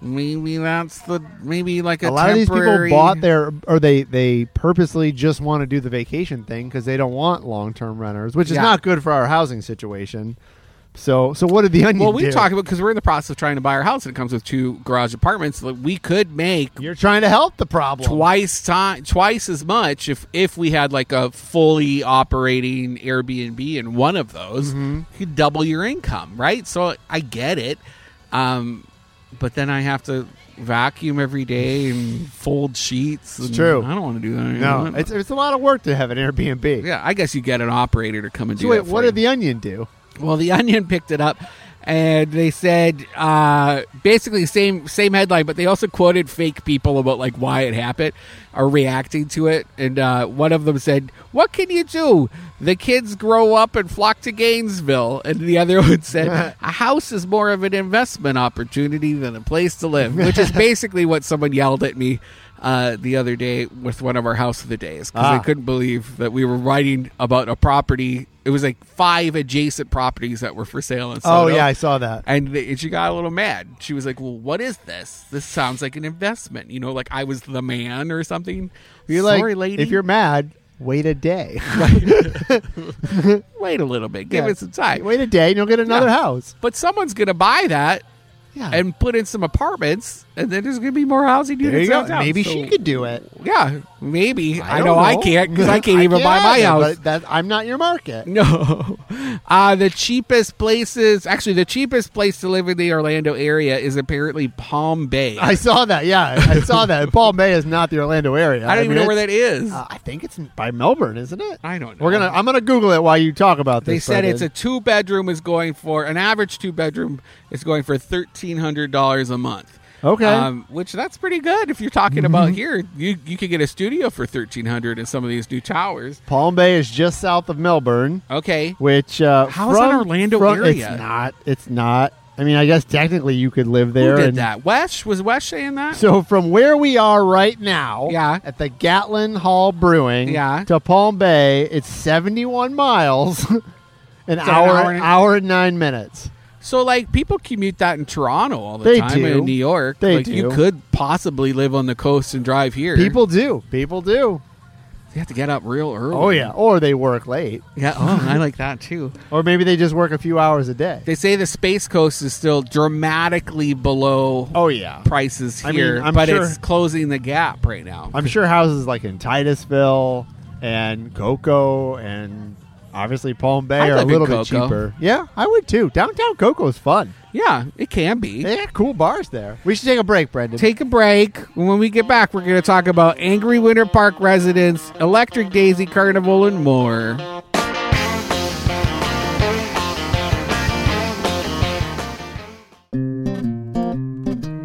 Speaker 2: maybe that's the maybe like
Speaker 1: a
Speaker 2: a,
Speaker 1: lot of these people
Speaker 2: temporary-
Speaker 1: bought their or they they purposely just want to do the vacation thing because they don't want long term renters, which is
Speaker 2: Yeah.
Speaker 1: not good for our housing situation. So so what did the onion?
Speaker 2: Well, we
Speaker 1: do?
Speaker 2: talk about because we're in the process of trying to buy our house, and it comes with two garage apartments. Like, we could make
Speaker 1: You're trying to help the problem.
Speaker 2: twice time twice as much if if we had like a fully operating Airbnb in one of those,
Speaker 1: Mm-hmm.
Speaker 2: you could double your income, right? So I get it, um, but then I have to vacuum every day and fold sheets. and
Speaker 1: true.
Speaker 2: I don't want to do that.
Speaker 1: No,
Speaker 2: anymore.
Speaker 1: it's it's a lot of work to have an Airbnb.
Speaker 2: yeah, I guess you get an operator to come and
Speaker 1: So
Speaker 2: do
Speaker 1: wait,
Speaker 2: that for
Speaker 1: what
Speaker 2: you.
Speaker 1: did the onion do?
Speaker 2: Well, the Onion picked it up and they said uh, basically same same headline, but they also quoted fake people about like why it happened or reacting to it. And uh, one of them said, "What can you do? The kids grow up and flock to Gainesville." And the other one said, "A house is more of an investment opportunity than a place to live," which is basically what someone yelled at me. Uh, the other day with one of our house of the days because
Speaker 1: Ah.
Speaker 2: I couldn't believe that we were writing about a property. It was like five adjacent properties that were for sale in
Speaker 1: Oh
Speaker 2: Soto.
Speaker 1: yeah, I saw that.
Speaker 2: And, they, and she got a little mad. She was like, "Well, what is this? This sounds like an investment. You know, like I was the man or something."
Speaker 1: You're like,
Speaker 2: Sorry, lady.
Speaker 1: if you're mad, wait a day.
Speaker 2: wait a little bit, give
Speaker 1: Yeah.
Speaker 2: it some time.
Speaker 1: wait a day, and you'll get another
Speaker 2: Yeah.
Speaker 1: house.
Speaker 2: But someone's gonna buy that
Speaker 1: Yeah,
Speaker 2: and put in some apartments, and then there's gonna be more housing
Speaker 1: there
Speaker 2: units
Speaker 1: you go.
Speaker 2: downtown.
Speaker 1: Maybe
Speaker 2: So,
Speaker 1: she could do it.
Speaker 2: Yeah, maybe. I,
Speaker 1: don't
Speaker 2: know, I can't because I can't even buy my
Speaker 1: either,
Speaker 2: house.
Speaker 1: But that, I'm not your market.
Speaker 2: No. Uh, the cheapest places, actually, the cheapest place to live in the Orlando area is apparently Palm Bay.
Speaker 1: I saw that. Yeah, I saw that. Paul May is not the Orlando area.
Speaker 2: I don't even
Speaker 1: mean,
Speaker 2: know where
Speaker 1: it's-
Speaker 2: that is.
Speaker 1: Uh, I think it's by Melbourne, isn't it?
Speaker 2: I don't know.
Speaker 1: We're gonna. I'm gonna Google it while you talk about this.
Speaker 2: They said it's a
Speaker 1: Brendan.
Speaker 2: two bedroom is going for an average two bedroom is going for thirteen hundred dollars a month.
Speaker 1: Okay. Mm-hmm.
Speaker 2: um, which that's pretty good if you're talking about here. You you could get a studio for thirteen hundred in some of these new towers.
Speaker 1: Palm Bay is just south of Melbourne,
Speaker 2: Okay,
Speaker 1: which uh,
Speaker 2: How is that
Speaker 1: from-
Speaker 2: Orlando
Speaker 1: from-
Speaker 2: area?
Speaker 1: It's not. It's not. I mean, I guess technically you could live there.
Speaker 2: who did
Speaker 1: and-
Speaker 2: that? Wesh was Wesh saying that?
Speaker 1: So from where we are right now,
Speaker 2: Yeah.
Speaker 1: at the Gatlin Hall Brewing,
Speaker 2: Yeah.
Speaker 1: to Palm Bay, it's 71 miles, an
Speaker 2: an
Speaker 1: hour,
Speaker 2: hour
Speaker 1: hour,
Speaker 2: and-
Speaker 1: and, nine minutes.
Speaker 2: So like people commute that in Toronto all the
Speaker 1: They
Speaker 2: time and
Speaker 1: do.
Speaker 2: in New York.
Speaker 1: They
Speaker 2: like you
Speaker 1: do.
Speaker 2: could possibly live on the coast and drive here.
Speaker 1: People do, people do.
Speaker 2: you have to get up real early.
Speaker 1: Oh yeah, or they work late,
Speaker 2: Yeah, oh, I like that too.
Speaker 1: or maybe they just work a few hours a day.
Speaker 2: They say the space coast is still dramatically below
Speaker 1: oh yeah,
Speaker 2: prices
Speaker 1: I mean,
Speaker 2: here,
Speaker 1: I'm
Speaker 2: but
Speaker 1: sure-
Speaker 2: it's closing the gap right now.
Speaker 1: I'm sure houses like in Titusville and Coco and obviously Palm Bay
Speaker 2: I'd
Speaker 1: are a
Speaker 2: live in
Speaker 1: little bit
Speaker 2: Coco.
Speaker 1: cheaper. Yeah, I would too. Downtown Coco is fun.
Speaker 2: yeah, it can be.
Speaker 1: They have cool bars there. We should take a break, Brendan.
Speaker 2: Take a break. When we get back, we're going to talk about angry Winter Park residents, Electric Daisy Carnival, and more.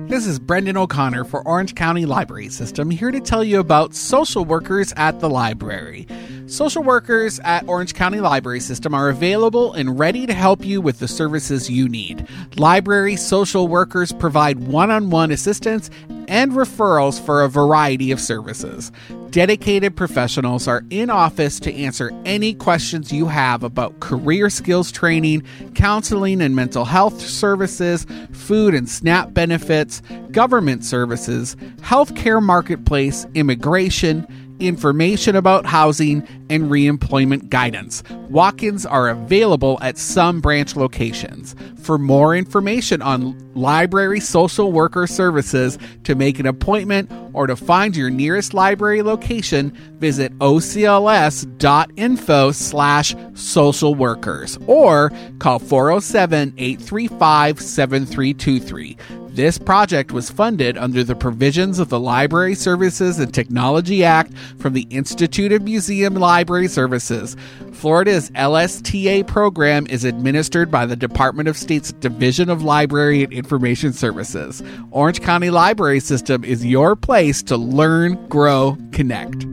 Speaker 2: This is Brendan O'Connor for Orange County Library System here to tell you about social workers at the library. Social workers at Orange County Library System are available and ready to help you with the services you need. Library social workers provide one on one assistance and referrals for a variety of services. Dedicated professionals are in office to answer any questions you have about career skills training, counseling and mental health services, food and SNAP benefits, government services, healthcare marketplace, immigration, information about housing, and reemployment guidance. Walk ins are available at some branch locations. For more information on library social worker services, to make an appointment, or to find your nearest library location, visit ocls.info slash social workers or call 407 835 7323. This project was funded under the provisions of the Library Services and Technology Act from the Institute of Museum Library Services. Florida's LSTA program is administered by the Department of State's Division of Library and Information Services. Orange County Library System is your place to learn, grow, connect.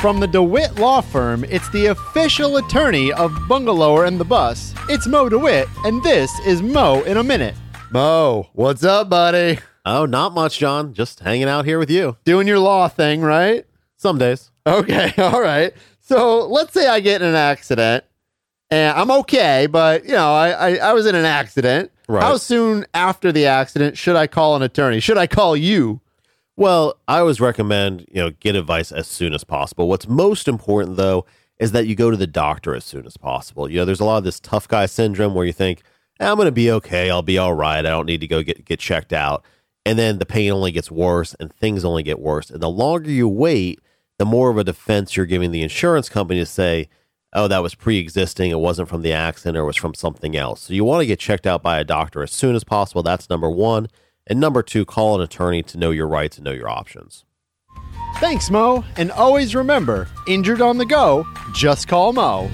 Speaker 1: From the DeWitt Law Firm, it's the official attorney of Bungalower and the Bus. It's Mo DeWitt, and this is Mo in a Minute.
Speaker 4: Mo,
Speaker 5: What's up, buddy?
Speaker 4: oh, not much, John. Just hanging out here with you.
Speaker 5: Doing your law thing, right?
Speaker 4: Some days.
Speaker 5: Okay, all right. So let's say I get in an accident and I'm okay, but you know, I, I, I was in an accident.
Speaker 4: Right.
Speaker 5: How soon after the accident should I call an attorney? Should I call you?
Speaker 4: Well, I always recommend, you know, get advice as soon as possible. What's most important though is that you go to the doctor as soon as possible. You know, there's a lot of this tough guy syndrome where you think, "Eh, I'm going to be okay, I'll be all right. I don't need to go get get checked out. And then the pain only gets worse and things only get worse. And the longer you wait, the more of a defense you're giving the insurance company to say, "Oh, that was pre-existing. It wasn't from the accident or it was from something else." So you want to get checked out by a doctor as soon as possible. That's number 1. And number 2, call an attorney to know your rights and know your options.
Speaker 1: Thanks, Mo, and always remember injured on the go, just call Mo.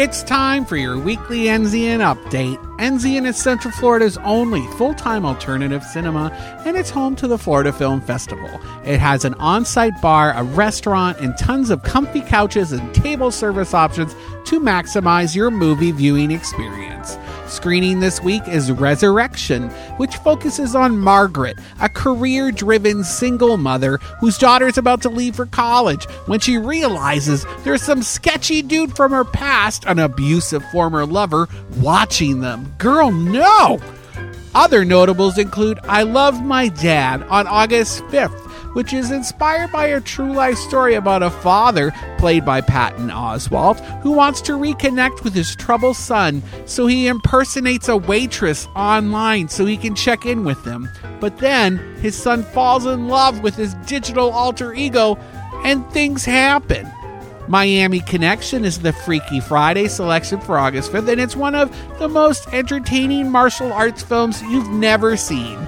Speaker 2: It's time for your weekly Enzian update. Enzian is Central Florida's only full time alternative cinema, and it's home to the Florida Film Festival. It has an on site bar, a restaurant, and tons of comfy couches and table service options to maximize your movie viewing experience. Screening this week is Resurrection, which focuses on Margaret, a career driven single mother whose daughter is about to leave for college when she realizes there's some sketchy dude from her past, an abusive former lover, watching them. Girl, no! Other notables include I Love My Dad on August 5th, which is inspired by a true life story about a father, played by Patton Oswalt, who wants to reconnect with his troubled son, so he impersonates a waitress online so he can check in with them. But then his son falls in love with his digital alter ego, and things happen. Miami Connection is the Freaky Friday selection for August 5th, and it's one of the most entertaining martial arts films you've never seen.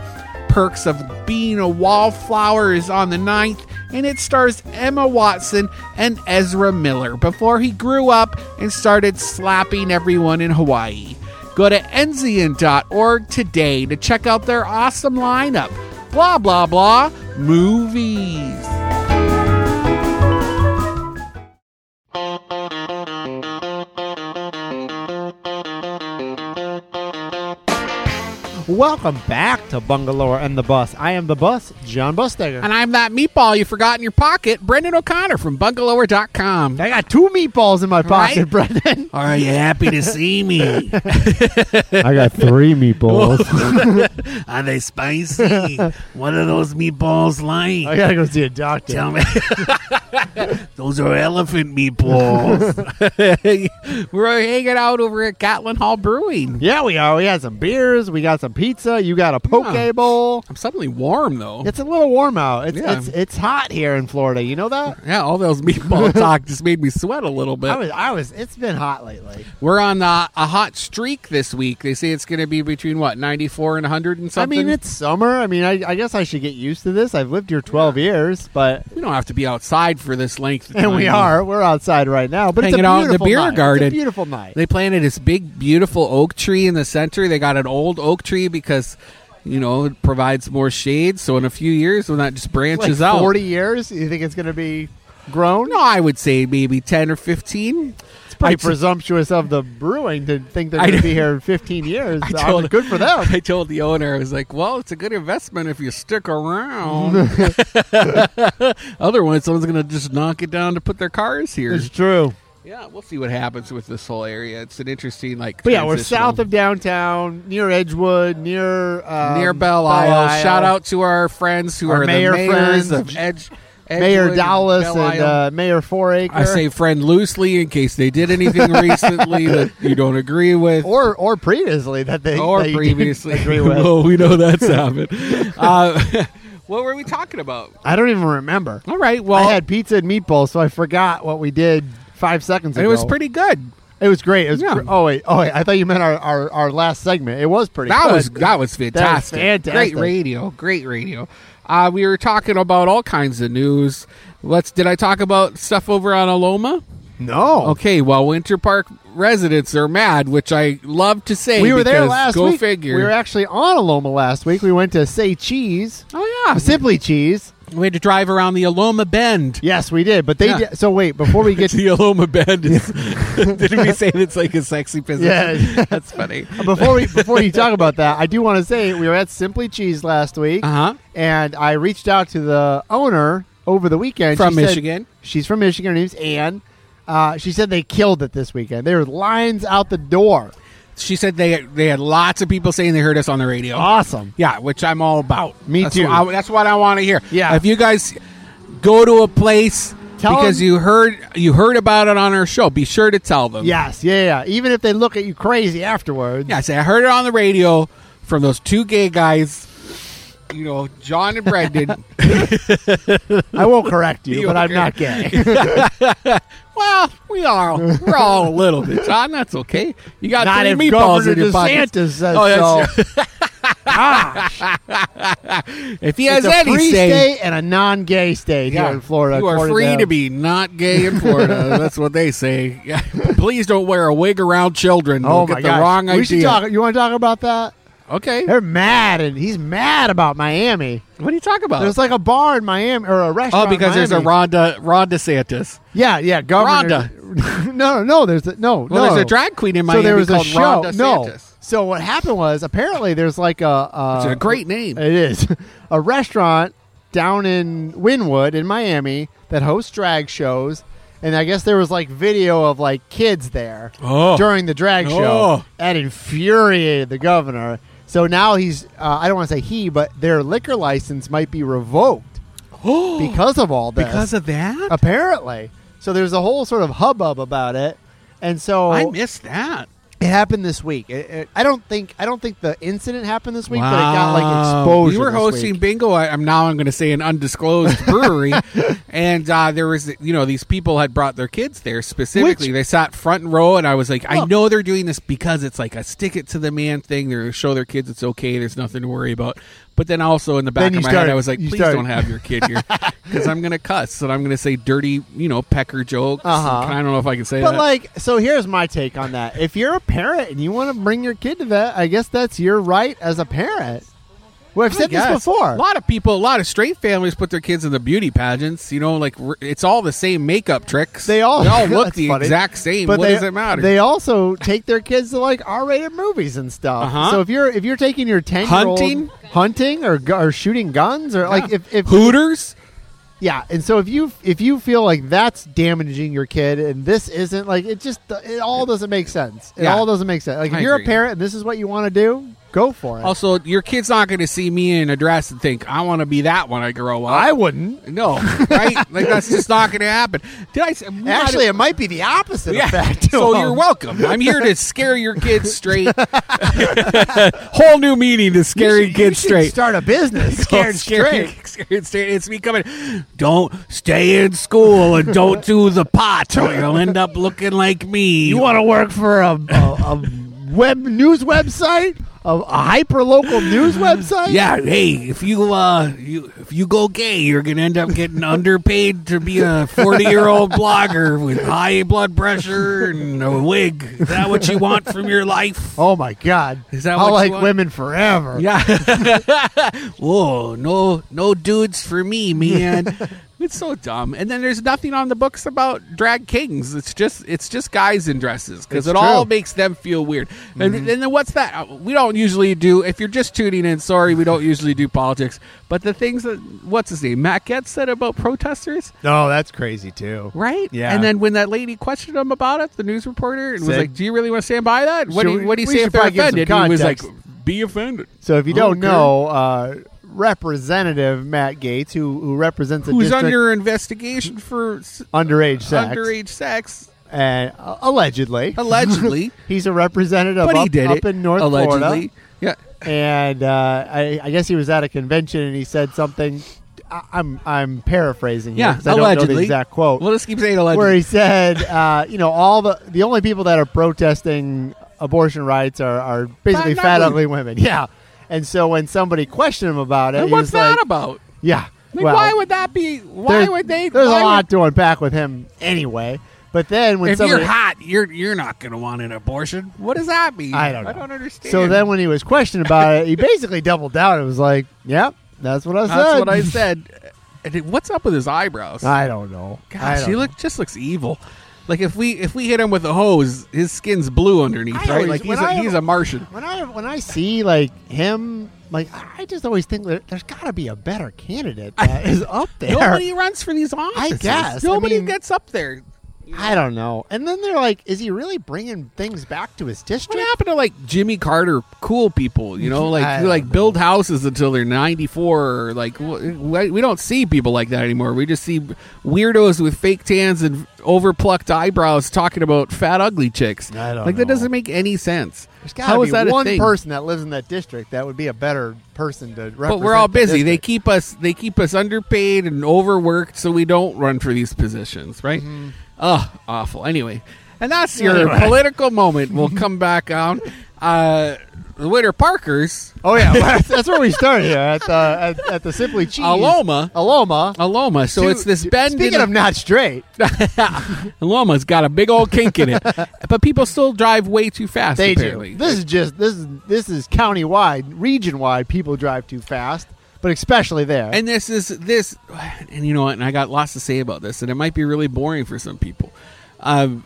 Speaker 2: Perks of Being a Wallflower is on the 9th, and it stars Emma Watson and Ezra Miller before he grew up and started slapping everyone in Hawaii. Go to enzian.org today to check out their awesome lineup. Blah, blah, blah. Movies.
Speaker 1: Welcome back to Bungalow and the Bus. I am the bus, John Bustager.
Speaker 2: And I'm that meatball you forgot in your pocket, Brendan O'Connor from bungalower.com.
Speaker 1: I got two meatballs in my pocket,
Speaker 2: Right?
Speaker 1: Brendan.
Speaker 2: Are you happy to see me?
Speaker 1: I got three meatballs.
Speaker 2: Are they spicy? What are those meatballs
Speaker 1: I
Speaker 2: like?
Speaker 1: gotta go see a doctor.
Speaker 2: Tell me. those are elephant meatballs. We're hanging out over at Catlin Hall Brewing.
Speaker 1: Yeah, we are. We had some beers. We got some pizza. You got a poke
Speaker 2: Yeah.
Speaker 1: bowl.
Speaker 2: I'm suddenly warm, though.
Speaker 1: It's a little warm out. It's,
Speaker 2: Yeah.
Speaker 1: it's it's hot here in Florida. You know that?
Speaker 2: Yeah, all those meatball talk just made me sweat a little bit.
Speaker 1: I was I was. It's been hot lately.
Speaker 2: We're on uh, a hot streak this week. They say it's going to be between, what, 94 and 100 and something?
Speaker 1: I mean, it's summer. I mean, I, I guess I should get used to this. I've lived here twelve years, but
Speaker 2: We don't have to be outside for this length. Of
Speaker 1: and we
Speaker 2: time.
Speaker 1: are we're outside right now. But it's
Speaker 2: Hanging
Speaker 1: a
Speaker 2: out in the
Speaker 1: beautiful
Speaker 2: beer
Speaker 1: night.
Speaker 2: garden.
Speaker 1: It's a beautiful night.
Speaker 2: They planted this big, beautiful oak tree in the center. They got an old oak tree because, you know, it provides more shade. So in a few years, when that just branches
Speaker 1: like
Speaker 2: out,
Speaker 1: forty years. You think it's going to be grown?
Speaker 2: no, I would say maybe ten or fifteen.
Speaker 1: it's pretty
Speaker 2: I t-
Speaker 1: presumptuous of the brewing to think they're
Speaker 2: I
Speaker 1: going to
Speaker 2: know.
Speaker 1: be here in fifteen years. I
Speaker 2: told-
Speaker 1: good for them.
Speaker 2: I told the owner, I was like, "Well, it's a good investment if you stick around. Otherwise, someone's gonna just knock it down to put their cars here."
Speaker 1: It's true.
Speaker 2: yeah, we'll see what happens with this whole area. It's an interesting, like,
Speaker 1: But yeah, we're
Speaker 2: transitional-
Speaker 1: south of downtown, near Edgewood, near um,
Speaker 2: near Bell Isle. Shout out to our friends who
Speaker 1: Our
Speaker 2: are
Speaker 1: mayor
Speaker 2: the mayors
Speaker 1: friends,
Speaker 2: of Edge, Edgewood
Speaker 1: Mayor
Speaker 2: and
Speaker 1: Dallas
Speaker 2: Belle
Speaker 1: and
Speaker 2: Isle.
Speaker 1: uh, Mayor Foraker.
Speaker 2: I say friend loosely in case they did anything recently that you don't agree with.
Speaker 1: or or previously that they
Speaker 2: or
Speaker 1: that you didn't
Speaker 2: previously.
Speaker 1: agree with.
Speaker 2: well, we know that's happened. Uh, what were we talking about?
Speaker 1: I don't even remember.
Speaker 2: All right. Well,
Speaker 1: I had pizza and meatballs, so I forgot what we did five seconds ago.
Speaker 2: it was pretty good.
Speaker 1: It was great. It was
Speaker 2: Yeah.
Speaker 1: gr- oh wait, oh wait. I thought you meant our, our, our last segment. It was pretty.
Speaker 2: That
Speaker 1: good.
Speaker 2: was that was fantastic.
Speaker 1: fantastic.
Speaker 2: Great radio. Great radio. Uh, we were talking about all kinds of news. Let's. Did I talk about stuff over on Aloma?
Speaker 1: no.
Speaker 2: Okay, well, Winter Park residents are mad, which I love to say.
Speaker 1: We were there
Speaker 2: because
Speaker 1: last
Speaker 2: go
Speaker 1: week.
Speaker 2: figure.
Speaker 1: We were actually on Aloma last week. We went to Say Cheese,
Speaker 2: oh yeah,
Speaker 1: Simply Cheese.
Speaker 2: we had to drive around the Aloma Bend.
Speaker 1: Yes, we did. But they
Speaker 2: Yeah.
Speaker 1: did, so wait before we get to
Speaker 2: The Aloma Bend. Is, didn't we say it's like a sexy position?
Speaker 1: yeah.
Speaker 2: that's funny.
Speaker 1: before we before you talk about that, I do want to say we were at Simply Cheese last week,
Speaker 2: Uh-huh.
Speaker 1: and I reached out to the owner over the weekend
Speaker 2: From
Speaker 1: She said-
Speaker 2: Michigan?
Speaker 1: she's from Michigan. Her name's Ann. Uh, she said they killed it this weekend. There were lines out the door.
Speaker 2: She said they they had lots of people saying they heard us on the radio.
Speaker 1: Awesome.
Speaker 2: Yeah, which I'm all about.
Speaker 1: Me
Speaker 2: that's
Speaker 1: too.
Speaker 2: What I, that's what I want to hear.
Speaker 1: Yeah.
Speaker 2: If you guys go to a place
Speaker 1: Tell
Speaker 2: because
Speaker 1: 'em-
Speaker 2: you heard you heard about it on our show, be sure to tell them.
Speaker 1: Yes. Yeah. Yeah. Even if they look at you crazy afterwards.
Speaker 2: Yeah, I say I heard it on the radio from those two gay guys. You know, John and Brendan.
Speaker 1: I won't correct you,
Speaker 2: You
Speaker 1: but I'm
Speaker 2: okay?
Speaker 1: not gay.
Speaker 2: well, we are. We're all a little bit, John. That's okay. You got
Speaker 1: not
Speaker 2: three
Speaker 1: if
Speaker 2: meatballs
Speaker 1: Governor
Speaker 2: in your
Speaker 1: DeSantis
Speaker 2: pocket.
Speaker 1: says
Speaker 2: Oh, that's
Speaker 1: so. gosh.
Speaker 2: If he has
Speaker 1: it's a
Speaker 2: any
Speaker 1: free
Speaker 2: say,
Speaker 1: state and a non-gay state here in Florida.
Speaker 2: You are
Speaker 1: according
Speaker 2: free
Speaker 1: them.
Speaker 2: to be not gay in Florida. That's what they say. Please don't wear a wig around children. They'll
Speaker 1: Oh
Speaker 2: get
Speaker 1: my
Speaker 2: the
Speaker 1: gosh.
Speaker 2: wrong
Speaker 1: we should
Speaker 2: idea.
Speaker 1: talk. You want to talk about that?
Speaker 2: Okay.
Speaker 1: They're mad, and he's mad about Miami.
Speaker 2: What are you talking about?
Speaker 1: There's like a bar in Miami or a restaurant.
Speaker 2: Uh, oh, because
Speaker 1: in
Speaker 2: there's a
Speaker 1: Miami.
Speaker 2: Rhonda Ron DeSantis.
Speaker 1: Yeah, yeah, governor. no, no, no. There's a, no,
Speaker 2: Well,
Speaker 1: no.
Speaker 2: there's a drag queen in Miami
Speaker 1: so there was a
Speaker 2: called
Speaker 1: show.
Speaker 2: Ron DeSantis.
Speaker 1: No. So what happened was apparently there's like a, a
Speaker 2: It's a great name.
Speaker 1: It is a restaurant down in Wynwood in Miami that hosts drag shows, and I guess there was like video of like kids there
Speaker 2: Oh.
Speaker 1: during the drag
Speaker 2: Oh.
Speaker 1: show. That infuriated the governor. So now he's uh, I don't want to say he, but their liquor license might be revoked because of all this.
Speaker 2: because of that?
Speaker 1: apparently, so there's a whole sort of hubbub about it, and so
Speaker 2: I missed that.
Speaker 1: it happened this week. It, it- I don't think I don't think the incident happened this week, but it got like exposure.
Speaker 2: You were
Speaker 1: this
Speaker 2: hosting
Speaker 1: week.
Speaker 2: bingo. I, I'm now. I'm going to say an undisclosed brewery, and uh, there was you know these people had brought their kids there specifically.
Speaker 1: Which-
Speaker 2: they sat front row, and I was like, I
Speaker 1: Look.
Speaker 2: know they're doing this because it's like a stick it to the man thing. They're gonna show their kids it's okay. There's nothing to worry about. But then also in the back
Speaker 1: Then you
Speaker 2: of my head,
Speaker 1: started-
Speaker 2: I was like,
Speaker 1: you
Speaker 2: please
Speaker 1: started-
Speaker 2: don't have your kid here because I'm going to cuss and I'm going to say dirty, you know, pecker jokes.
Speaker 1: Uh-huh.
Speaker 2: And I don't know if I can say
Speaker 1: But
Speaker 2: that.
Speaker 1: like, so here's my take on that. If you're a parent and you want to bring your kid to that, I guess that's your right as a parent. Well, I've
Speaker 2: I
Speaker 1: said this
Speaker 2: guess.
Speaker 1: before.
Speaker 2: A lot of people, a lot of straight families put their kids in the beauty pageants. You know, like r- it's all the same makeup tricks.
Speaker 1: They all-
Speaker 2: look
Speaker 1: that's
Speaker 2: the
Speaker 1: funny.
Speaker 2: exact same.
Speaker 1: But
Speaker 2: what
Speaker 1: they,
Speaker 2: does it matter?
Speaker 1: They also take their kids to like R-rated movies and stuff.
Speaker 2: Uh-huh.
Speaker 1: So if you're if you're taking your ten
Speaker 2: Hunting?
Speaker 1: hunting or, gu- or shooting guns or like if, if
Speaker 2: Hooters.
Speaker 1: yeah, and so if you if you feel like that's damaging your kid and this isn't like it just it all doesn't make sense. It
Speaker 2: Yeah.
Speaker 1: all doesn't make sense. Like if
Speaker 2: I
Speaker 1: you're
Speaker 2: agree.
Speaker 1: a parent and this is what you want to do, go for it.
Speaker 2: Also, your kid's not going to see me in a dress and think I want to be that when I grow up.
Speaker 1: I wouldn't.
Speaker 2: no, right? Like that's just not going to happen. Did I say-
Speaker 1: Actually, it might be the opposite
Speaker 2: Yeah.
Speaker 1: effect. Um,
Speaker 2: So you're welcome. I'm here to scare your kids straight. Whole new meaning to scaring kids straight.
Speaker 1: Start a business. Scared straight.
Speaker 2: Scared straight. It's me coming. Don't stay in school and don't do the pot, or you'll end up looking like me.
Speaker 1: You want to work for a, a, a web news website, a, a hyper local news website?
Speaker 2: yeah, hey, if you uh, you if you go gay, you're gonna end up getting underpaid to be a 40 year old blogger with high blood pressure and a wig. Is that what you want from your life?
Speaker 1: Oh my God!
Speaker 2: Is that
Speaker 1: I
Speaker 2: what you
Speaker 1: like
Speaker 2: want?
Speaker 1: women forever?
Speaker 2: Yeah. Whoa, no, no dudes for me, man. it's so dumb. And then there's nothing on the books about drag kings. It's just it's just guys in dresses because
Speaker 1: It's
Speaker 2: it
Speaker 1: true.
Speaker 2: all
Speaker 1: Mm-hmm.
Speaker 2: makes them feel weird. And, and then what's that? Uh, We don't usually do. If you're just tuning in, sorry, we don't usually do politics. But the things that what's his name Matt Getz said about protesters,
Speaker 1: No, that's crazy too.
Speaker 2: right?
Speaker 1: Yeah.
Speaker 2: And then when that lady questioned him about it, the news reporter, and was
Speaker 1: Said-
Speaker 2: like, "Do you really want to stand by that? What do
Speaker 1: Should
Speaker 2: you,
Speaker 1: we-
Speaker 2: what do you
Speaker 1: we
Speaker 2: say
Speaker 1: should
Speaker 2: if they're
Speaker 1: probably give some
Speaker 2: offended?" And he was like,
Speaker 1: context.
Speaker 2: "Be offended."
Speaker 1: So if you don't
Speaker 2: Okay.
Speaker 1: know, uh, Representative Matt Gates, who who represents a
Speaker 2: who's
Speaker 1: district
Speaker 2: under investigation for s-
Speaker 1: underage sex,
Speaker 2: underage sex,
Speaker 1: and uh, allegedly,
Speaker 2: allegedly.
Speaker 1: he's a representative
Speaker 2: but
Speaker 1: up,
Speaker 2: he did
Speaker 1: up
Speaker 2: it
Speaker 1: in North
Speaker 2: allegedly.
Speaker 1: Florida.
Speaker 2: Yeah,
Speaker 1: and uh, I, I guess he was at a convention and he said something. I, I'm I'm paraphrasing. here
Speaker 2: yeah,
Speaker 1: 'cause I don't know the
Speaker 2: allegedly.
Speaker 1: exact quote
Speaker 2: We'll just keep saying
Speaker 1: where
Speaker 2: allegedly.
Speaker 1: he said, uh, you know, all the the only people that are protesting abortion rights are, are basically
Speaker 2: Fat,
Speaker 1: fat,
Speaker 2: ugly.
Speaker 1: ugly women. Yeah, and so when somebody questioned him about it,
Speaker 2: And
Speaker 1: he
Speaker 2: what's
Speaker 1: was
Speaker 2: that
Speaker 1: like,
Speaker 2: about?
Speaker 1: yeah,
Speaker 2: Like,
Speaker 1: well,
Speaker 2: why would that be? Why
Speaker 1: there's-
Speaker 2: would they?
Speaker 1: There's
Speaker 2: why
Speaker 1: a
Speaker 2: would-
Speaker 1: lot to unpack with him anyway. But then when
Speaker 2: if
Speaker 1: somebody,
Speaker 2: you're hot, you're you're not going to want an abortion. What does that mean?
Speaker 1: I don't know.
Speaker 2: I don't understand.
Speaker 1: so then when he was questioned about it, he basically doubled down. and was like, "Yep, that's what I said."
Speaker 2: that's what I said. And it- what's up with his eyebrows?
Speaker 1: I don't know. I
Speaker 2: Gosh,
Speaker 1: don't
Speaker 2: he look just looks evil. Like if we if we hit him with a hose, his skin's blue underneath,
Speaker 1: I
Speaker 2: right?
Speaker 1: always-
Speaker 2: like he's
Speaker 1: when
Speaker 2: a,
Speaker 1: I-
Speaker 2: he's a Martian.
Speaker 1: when I when I see like him, like I just always think there, there's got to be a better candidate that is up there.
Speaker 2: Nobody runs for these offices.
Speaker 1: guess. I
Speaker 2: nobody
Speaker 1: mean-
Speaker 2: gets up there.
Speaker 1: I don't know. And then they're like, is he really bringing things back to his
Speaker 2: What
Speaker 1: district?
Speaker 2: happened to like Jimmy Carter, cool people? You know, like
Speaker 1: I
Speaker 2: who,
Speaker 1: don't
Speaker 2: like
Speaker 1: know.
Speaker 2: build houses until they're ninety four. Or, like wh- wh- we don't see people like that anymore. We just see weirdos with fake tans and overplucked eyebrows talking about fat ugly chicks.
Speaker 1: I don't
Speaker 2: like that
Speaker 1: know.
Speaker 2: doesn't make any sense.
Speaker 1: There's got
Speaker 2: How
Speaker 1: to
Speaker 2: is
Speaker 1: be
Speaker 2: that a
Speaker 1: one
Speaker 2: thing?
Speaker 1: person that lives in that district that would be a better person to represent.
Speaker 2: But we're all
Speaker 1: the
Speaker 2: busy. They
Speaker 1: district.
Speaker 2: keep us. They keep us underpaid
Speaker 1: Mm-hmm.
Speaker 2: and overworked, so we don't run for these positions, right? Ugh, awful. Anyway, And that's your political moment. We'll come back on. Uh, the Winter Parkers,
Speaker 1: Oh yeah, well, that's- that's where we started here at the at, at the Simply Cheese
Speaker 2: Aloma.
Speaker 1: Aloma.
Speaker 2: Aloma. So
Speaker 1: Dude,
Speaker 2: it's this
Speaker 1: dude,
Speaker 2: bend.
Speaker 1: Speaking
Speaker 2: in-
Speaker 1: of not straight,
Speaker 2: Loma's got a big old kink in it, but people still drive way too fast.
Speaker 1: they
Speaker 2: apparently,
Speaker 1: do. This is just this is this is county wide, region wide. People drive too fast, but especially there.
Speaker 2: and this is this, and you know what? And I got lots to say about this, and it might be really boring for some people. Um,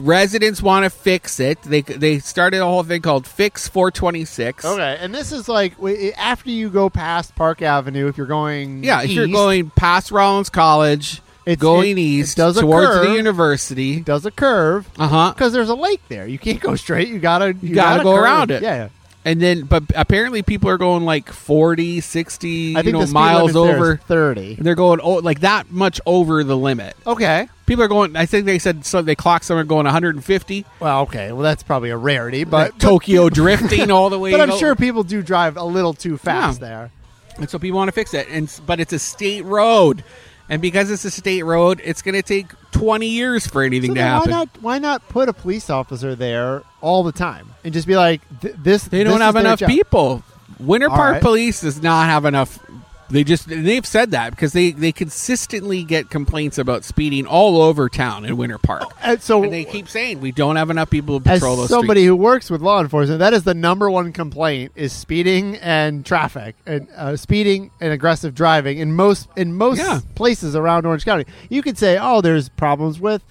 Speaker 2: residents want to fix it. They they started a whole thing called Fix 426.
Speaker 1: okay, and this is like w- after you go past Park Avenue, if you're going
Speaker 2: Yeah, if you're
Speaker 1: east,
Speaker 2: going past Rollins College,
Speaker 1: It's-
Speaker 2: going
Speaker 1: it- it
Speaker 2: east
Speaker 1: does a
Speaker 2: towards the
Speaker 1: curve.
Speaker 2: university.
Speaker 1: does a curve
Speaker 2: Uh huh.
Speaker 1: because there's a lake there. You can't go straight. You gotta you,
Speaker 2: gotta go
Speaker 1: curve.
Speaker 2: around it.
Speaker 1: Yeah, yeah.
Speaker 2: And then, but apparently people are going like 40, 60,
Speaker 1: I think
Speaker 2: you know,
Speaker 1: the speed
Speaker 2: miles
Speaker 1: limit there is
Speaker 2: over.
Speaker 1: thirty.
Speaker 2: And they're going oh, like that much over the limit.
Speaker 1: Okay.
Speaker 2: People are going. I think they said so. They clocked someone going 150.
Speaker 1: Well, okay. Well, that's probably a rarity, but
Speaker 2: Tokyo drifting all the way.
Speaker 1: But I'm
Speaker 2: to-
Speaker 1: sure people do drive a little too fast
Speaker 2: Yeah.
Speaker 1: there.
Speaker 2: And so people want to fix it. And s- but it's a state road, and because it's a state road, it's going to take 20 years for anything
Speaker 1: So
Speaker 2: to
Speaker 1: then why
Speaker 2: happen.
Speaker 1: not? Why not put a police officer there all the time and just be like, th- "This."
Speaker 2: They don't
Speaker 1: this
Speaker 2: have
Speaker 1: is their
Speaker 2: enough
Speaker 1: job.
Speaker 2: people. Winter
Speaker 1: All
Speaker 2: Park
Speaker 1: right.
Speaker 2: Police does not have enough. They just they've said that because they they consistently get complaints about speeding all over town in Winter Park.
Speaker 1: And so,
Speaker 2: And they keep saying we don't have enough people to
Speaker 1: Oh. as
Speaker 2: patrol those
Speaker 1: somebody
Speaker 2: streets.
Speaker 1: who works with law enforcement, that is the number one complaint: is speeding and traffic, and uh, speeding and aggressive driving in most in most
Speaker 2: Yeah.
Speaker 1: places around Orange County. You could say, "Oh, there's problems with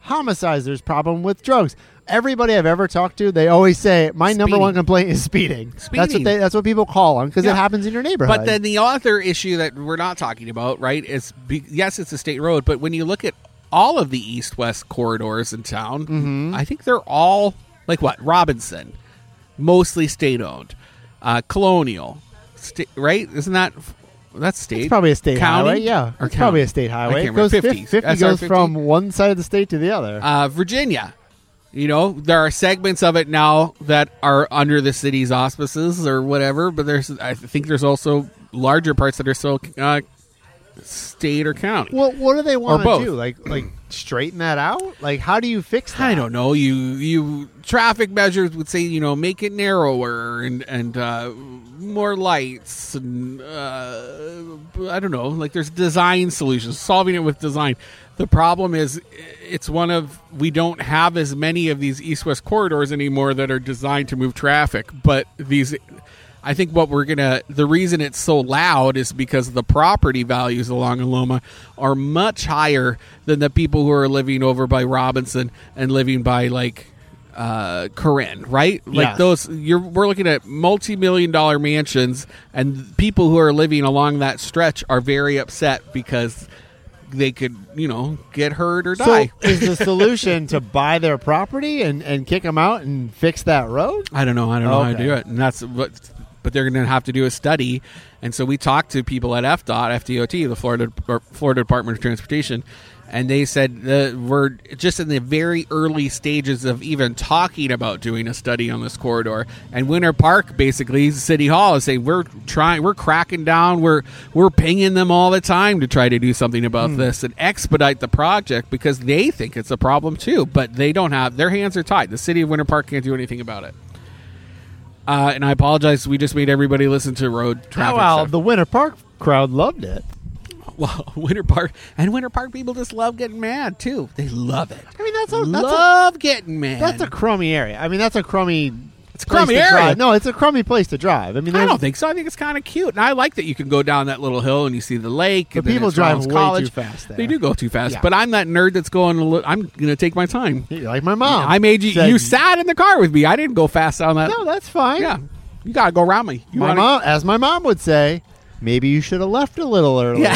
Speaker 1: homicides. There's problem with drugs." Everybody I've ever talked to, they always say my number
Speaker 2: Speeding.
Speaker 1: one complaint is speeding. That's
Speaker 2: Speeding.
Speaker 1: what they, that's what people call on because
Speaker 2: Yeah.
Speaker 1: it happens in your neighborhood.
Speaker 2: But then the other issue that we're not talking about, right, is be, yes, it's a state road, but when you look at all of the east west corridors in town,
Speaker 1: Mm-hmm.
Speaker 2: I think they're all like what Robinson, mostly state owned, uh, Colonial, sta- right? Isn't that that's state?
Speaker 1: It's probably a state
Speaker 2: County?
Speaker 1: highway. Yeah,
Speaker 2: or
Speaker 1: it's probably
Speaker 2: county?
Speaker 1: a state
Speaker 2: I
Speaker 1: highway. It
Speaker 2: can't
Speaker 1: goes
Speaker 2: remember.
Speaker 1: 50, 50
Speaker 2: SR
Speaker 1: goes from one side of the state to the other.
Speaker 2: uh, Virginia. You know, there are segments of it now that are under the city's auspices or whatever, but there's I think there's also larger parts that are still uh, state or county.
Speaker 1: well, what do they want
Speaker 2: both.
Speaker 1: to do? Like, like straighten that out? Like, how do you fix that?
Speaker 2: I don't know. You you traffic measures would say you know make it narrower and and uh, more lights and uh, I don't know. Like there's design solutions, solving it with design. The problem is it's one of we don't have as many of these east west corridors anymore that are designed to move traffic, but these. I think what we're gonna the reason it's so loud is because the property values along Aloma are much higher than the people who are living over by Robinson and living by like uh Corinne, right? Like
Speaker 1: Yes.
Speaker 2: those you're we're looking at multi million dollar mansions and people who are living along that stretch are very upset because they could, you know, get hurt or
Speaker 1: So,
Speaker 2: die.
Speaker 1: is the solution to buy their property and and kick them out and fix that road?
Speaker 2: I don't know. I don't know how to
Speaker 1: Okay.
Speaker 2: do it. And that's what, but they're going to have to do a study. And so we talked to people at FDOT, FDOT, the Florida or Florida Department of Transportation, and they said that we're just in the very early stages of even talking about doing a study on this corridor. And Winter Park, basically, City Hall is saying we're trying, we're cracking down, we're we're pinging them all the time to try to do something about this and expedite the project because they think it's a problem too. But they don't have their hands are tied. The city of Winter Park can't do anything about it. Uh, and I apologize. We just made everybody listen to road traffic.
Speaker 1: well,
Speaker 2: stuff.
Speaker 1: the Winter Park crowd loved it.
Speaker 2: well, Winter Park and Winter Park people just love getting mad too. They love it.
Speaker 1: I mean, that's a that's a,
Speaker 2: love getting mad.
Speaker 1: that's a crummy area. I mean, that's a crummy. It's
Speaker 2: a crummy area.
Speaker 1: No, it's a crummy place to drive. I mean,
Speaker 2: I
Speaker 1: there's-
Speaker 2: don't think so. I think it's kind of cute, and I like that you can go down that little hill and you see the lake.
Speaker 1: But
Speaker 2: and then
Speaker 1: people
Speaker 2: it's
Speaker 1: drive
Speaker 2: Rollins
Speaker 1: way
Speaker 2: College.
Speaker 1: too fast there.
Speaker 2: They do go too fast.
Speaker 1: Yeah.
Speaker 2: But I'm that nerd that's going. A li- I'm going to take my time.
Speaker 1: like my mom.
Speaker 2: I made you.
Speaker 1: said,
Speaker 2: you sat in the car with me. I didn't go fast on that.
Speaker 1: No, that's fine.
Speaker 2: yeah, you got to go around me. You
Speaker 1: my
Speaker 2: wanna-
Speaker 1: mom, as my mom would say, maybe you should have left a little earlier.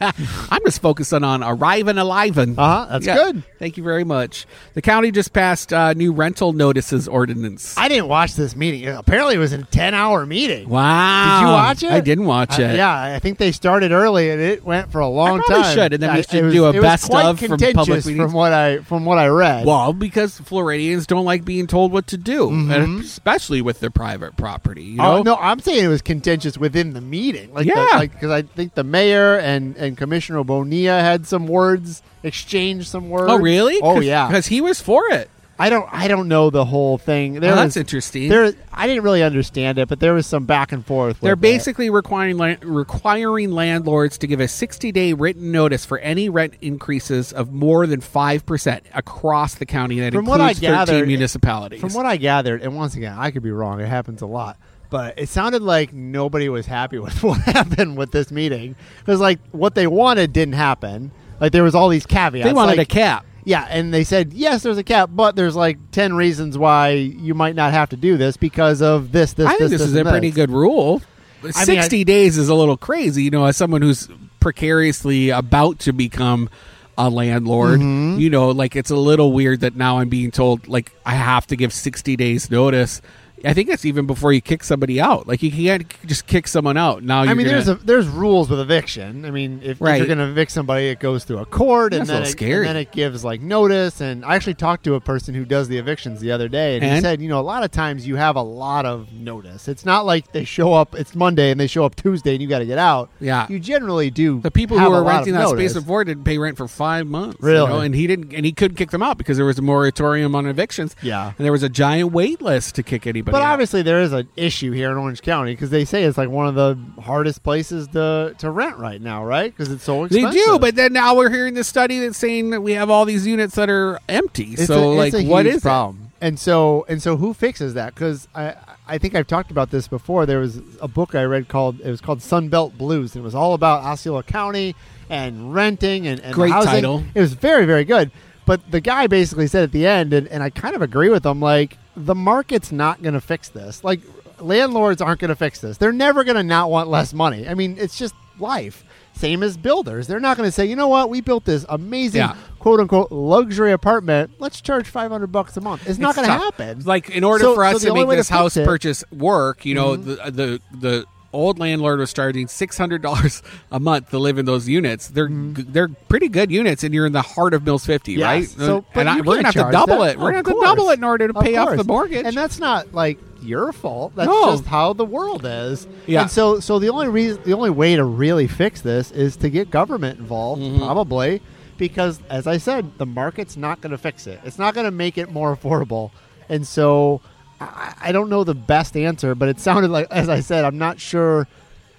Speaker 2: I'm just focusing on arriving alive and
Speaker 1: Uh-huh, that's good.
Speaker 2: Thank you very much. The county just passed uh, new rental notices ordinance.
Speaker 1: I didn't watch this meeting. Apparently, it was a ten-hour meeting.
Speaker 2: wow.
Speaker 1: Did you watch it?
Speaker 2: I didn't watch
Speaker 1: Uh,
Speaker 2: it.
Speaker 1: yeah, I think they started early and it went for a long
Speaker 2: probably
Speaker 1: time.
Speaker 2: should, and then we
Speaker 1: I-
Speaker 2: should
Speaker 1: it was-
Speaker 2: do a
Speaker 1: it was
Speaker 2: best
Speaker 1: quite
Speaker 2: of from public
Speaker 1: contentious
Speaker 2: meetings.
Speaker 1: From what I from what I read, Uh,
Speaker 2: Well, because Floridians don't like being
Speaker 1: Mm-hmm.
Speaker 2: told what to do, and especially with their private property. You know?
Speaker 1: Oh, no, I'm saying it was contentious within in the meeting. Like,
Speaker 2: Yeah.
Speaker 1: because I think the mayor and and Commissioner Bonilla had some words exchanged some words.
Speaker 2: Oh, really?
Speaker 1: Oh, yeah.
Speaker 2: Because he was for it.
Speaker 1: I don't I don't know the whole thing. There
Speaker 2: Well, Oh,
Speaker 1: was-
Speaker 2: that's interesting. They're,
Speaker 1: There, I didn't really understand it, but there was some back and forth. with it.
Speaker 2: basically requiring la- requiring landlords to give a 60 day written notice for any rent increases of more than five percent across the county. That
Speaker 1: From
Speaker 2: includes
Speaker 1: what I gathered-
Speaker 2: 13 municipalities.
Speaker 1: From what I gathered, and once again, I could be wrong. It happens a lot, but it sounded like nobody was happy with what happened with this meeting. Because like what they wanted didn't happen. Like there was all these caveats.
Speaker 2: they wanted
Speaker 1: like,
Speaker 2: a cap.
Speaker 1: Yeah, and they said yes, there's a cap, but there's like ten reasons why you might not have to do this because of this, this,
Speaker 2: I think this, is a
Speaker 1: and
Speaker 2: pretty good rule.
Speaker 1: I-
Speaker 2: Sixty days is a little crazy, you know, as someone who's precariously about to become a landlord.
Speaker 1: Mm-hmm.
Speaker 2: You know, like it's a little weird that now I'm being told like I have to give sixty days notice. I think that's even before you kick somebody out. Like you can't just kick someone out. Now
Speaker 1: I
Speaker 2: you're
Speaker 1: mean,
Speaker 2: gonna-
Speaker 1: there's a, there's rules with eviction. I mean, if, if
Speaker 2: Right.
Speaker 1: you're going to evict somebody, it goes through a court, and
Speaker 2: That's a
Speaker 1: then,
Speaker 2: little
Speaker 1: it,
Speaker 2: scary.
Speaker 1: and then it gives like notice. And I actually talked to a person who does the evictions the other day, and, he
Speaker 2: And?
Speaker 1: said, you know, a lot of times you have a lot of notice. It's not like they show up. It's Monday, and they show up Tuesday, and you got to get out.
Speaker 2: Yeah.
Speaker 1: you generally do.
Speaker 2: the people
Speaker 1: have
Speaker 2: who
Speaker 1: a
Speaker 2: were
Speaker 1: lot of
Speaker 2: renting that space
Speaker 1: notice.
Speaker 2: before didn't pay rent for five months. you
Speaker 1: Really?
Speaker 2: know, and he didn't, and he couldn't kick them out because there was a moratorium on evictions.
Speaker 1: Yeah.
Speaker 2: and there was a giant wait list to kick anybody.
Speaker 1: But
Speaker 2: out.
Speaker 1: obviously, there is an issue here in Orange County because they say it's like one of the hardest places to to rent right now, right? Because it's so
Speaker 2: They
Speaker 1: expensive.
Speaker 2: do, but then now we're hearing this study that's saying that we have all these units that are empty.
Speaker 1: It's
Speaker 2: so,
Speaker 1: a-
Speaker 2: like,
Speaker 1: it's a
Speaker 2: what
Speaker 1: huge
Speaker 2: is it?
Speaker 1: problem? And so and so, who fixes that? Because I I think I've talked about this before. There was a book I read called it was called Sunbelt Blues, and it was all about Osceola County and renting and, and
Speaker 2: Great
Speaker 1: housing.
Speaker 2: title.
Speaker 1: It was very very good. But the guy basically said at the end, and, and I kind of agree with him. Like the market's not going to fix this. Like landlords aren't going to fix this. They're never going to not want less money. I mean, it's just life. Same as builders, they're not going to say, you know what, we built this amazing
Speaker 2: Yeah.
Speaker 1: quote unquote luxury apartment, let's charge 500 bucks a month. It's, not going to
Speaker 2: tough.
Speaker 1: happen.
Speaker 2: Like, in order
Speaker 1: So-
Speaker 2: for
Speaker 1: so
Speaker 2: us
Speaker 1: the
Speaker 2: to
Speaker 1: only
Speaker 2: make
Speaker 1: way
Speaker 2: this
Speaker 1: fix
Speaker 2: house
Speaker 1: it- Mm-hmm.
Speaker 2: purchase work, you know, the the the old landlord was charging six hundred dollars a month to live in those units. They're g they're pretty good units, and you're in the heart of Mills Fifty,
Speaker 1: Mm-hmm. Yes.
Speaker 2: right?
Speaker 1: So, but
Speaker 2: and I,
Speaker 1: you
Speaker 2: we're gonna have
Speaker 1: can't charge
Speaker 2: to double
Speaker 1: that.
Speaker 2: it. We're gonna
Speaker 1: Of
Speaker 2: have to
Speaker 1: course.
Speaker 2: double it in order to
Speaker 1: Of
Speaker 2: pay off the
Speaker 1: course.
Speaker 2: mortgage.
Speaker 1: and that's not like your fault. That's
Speaker 2: No.
Speaker 1: just how the world is.
Speaker 2: Yeah.
Speaker 1: And so, so the only reason, the only way to really fix this is to get government involved,
Speaker 2: Mm-hmm.
Speaker 1: probably, because as I said, the market's not going to fix it. It's not going to make it more affordable, and so. I I don't know the best answer, but it sounded like, as I said, I'm not sure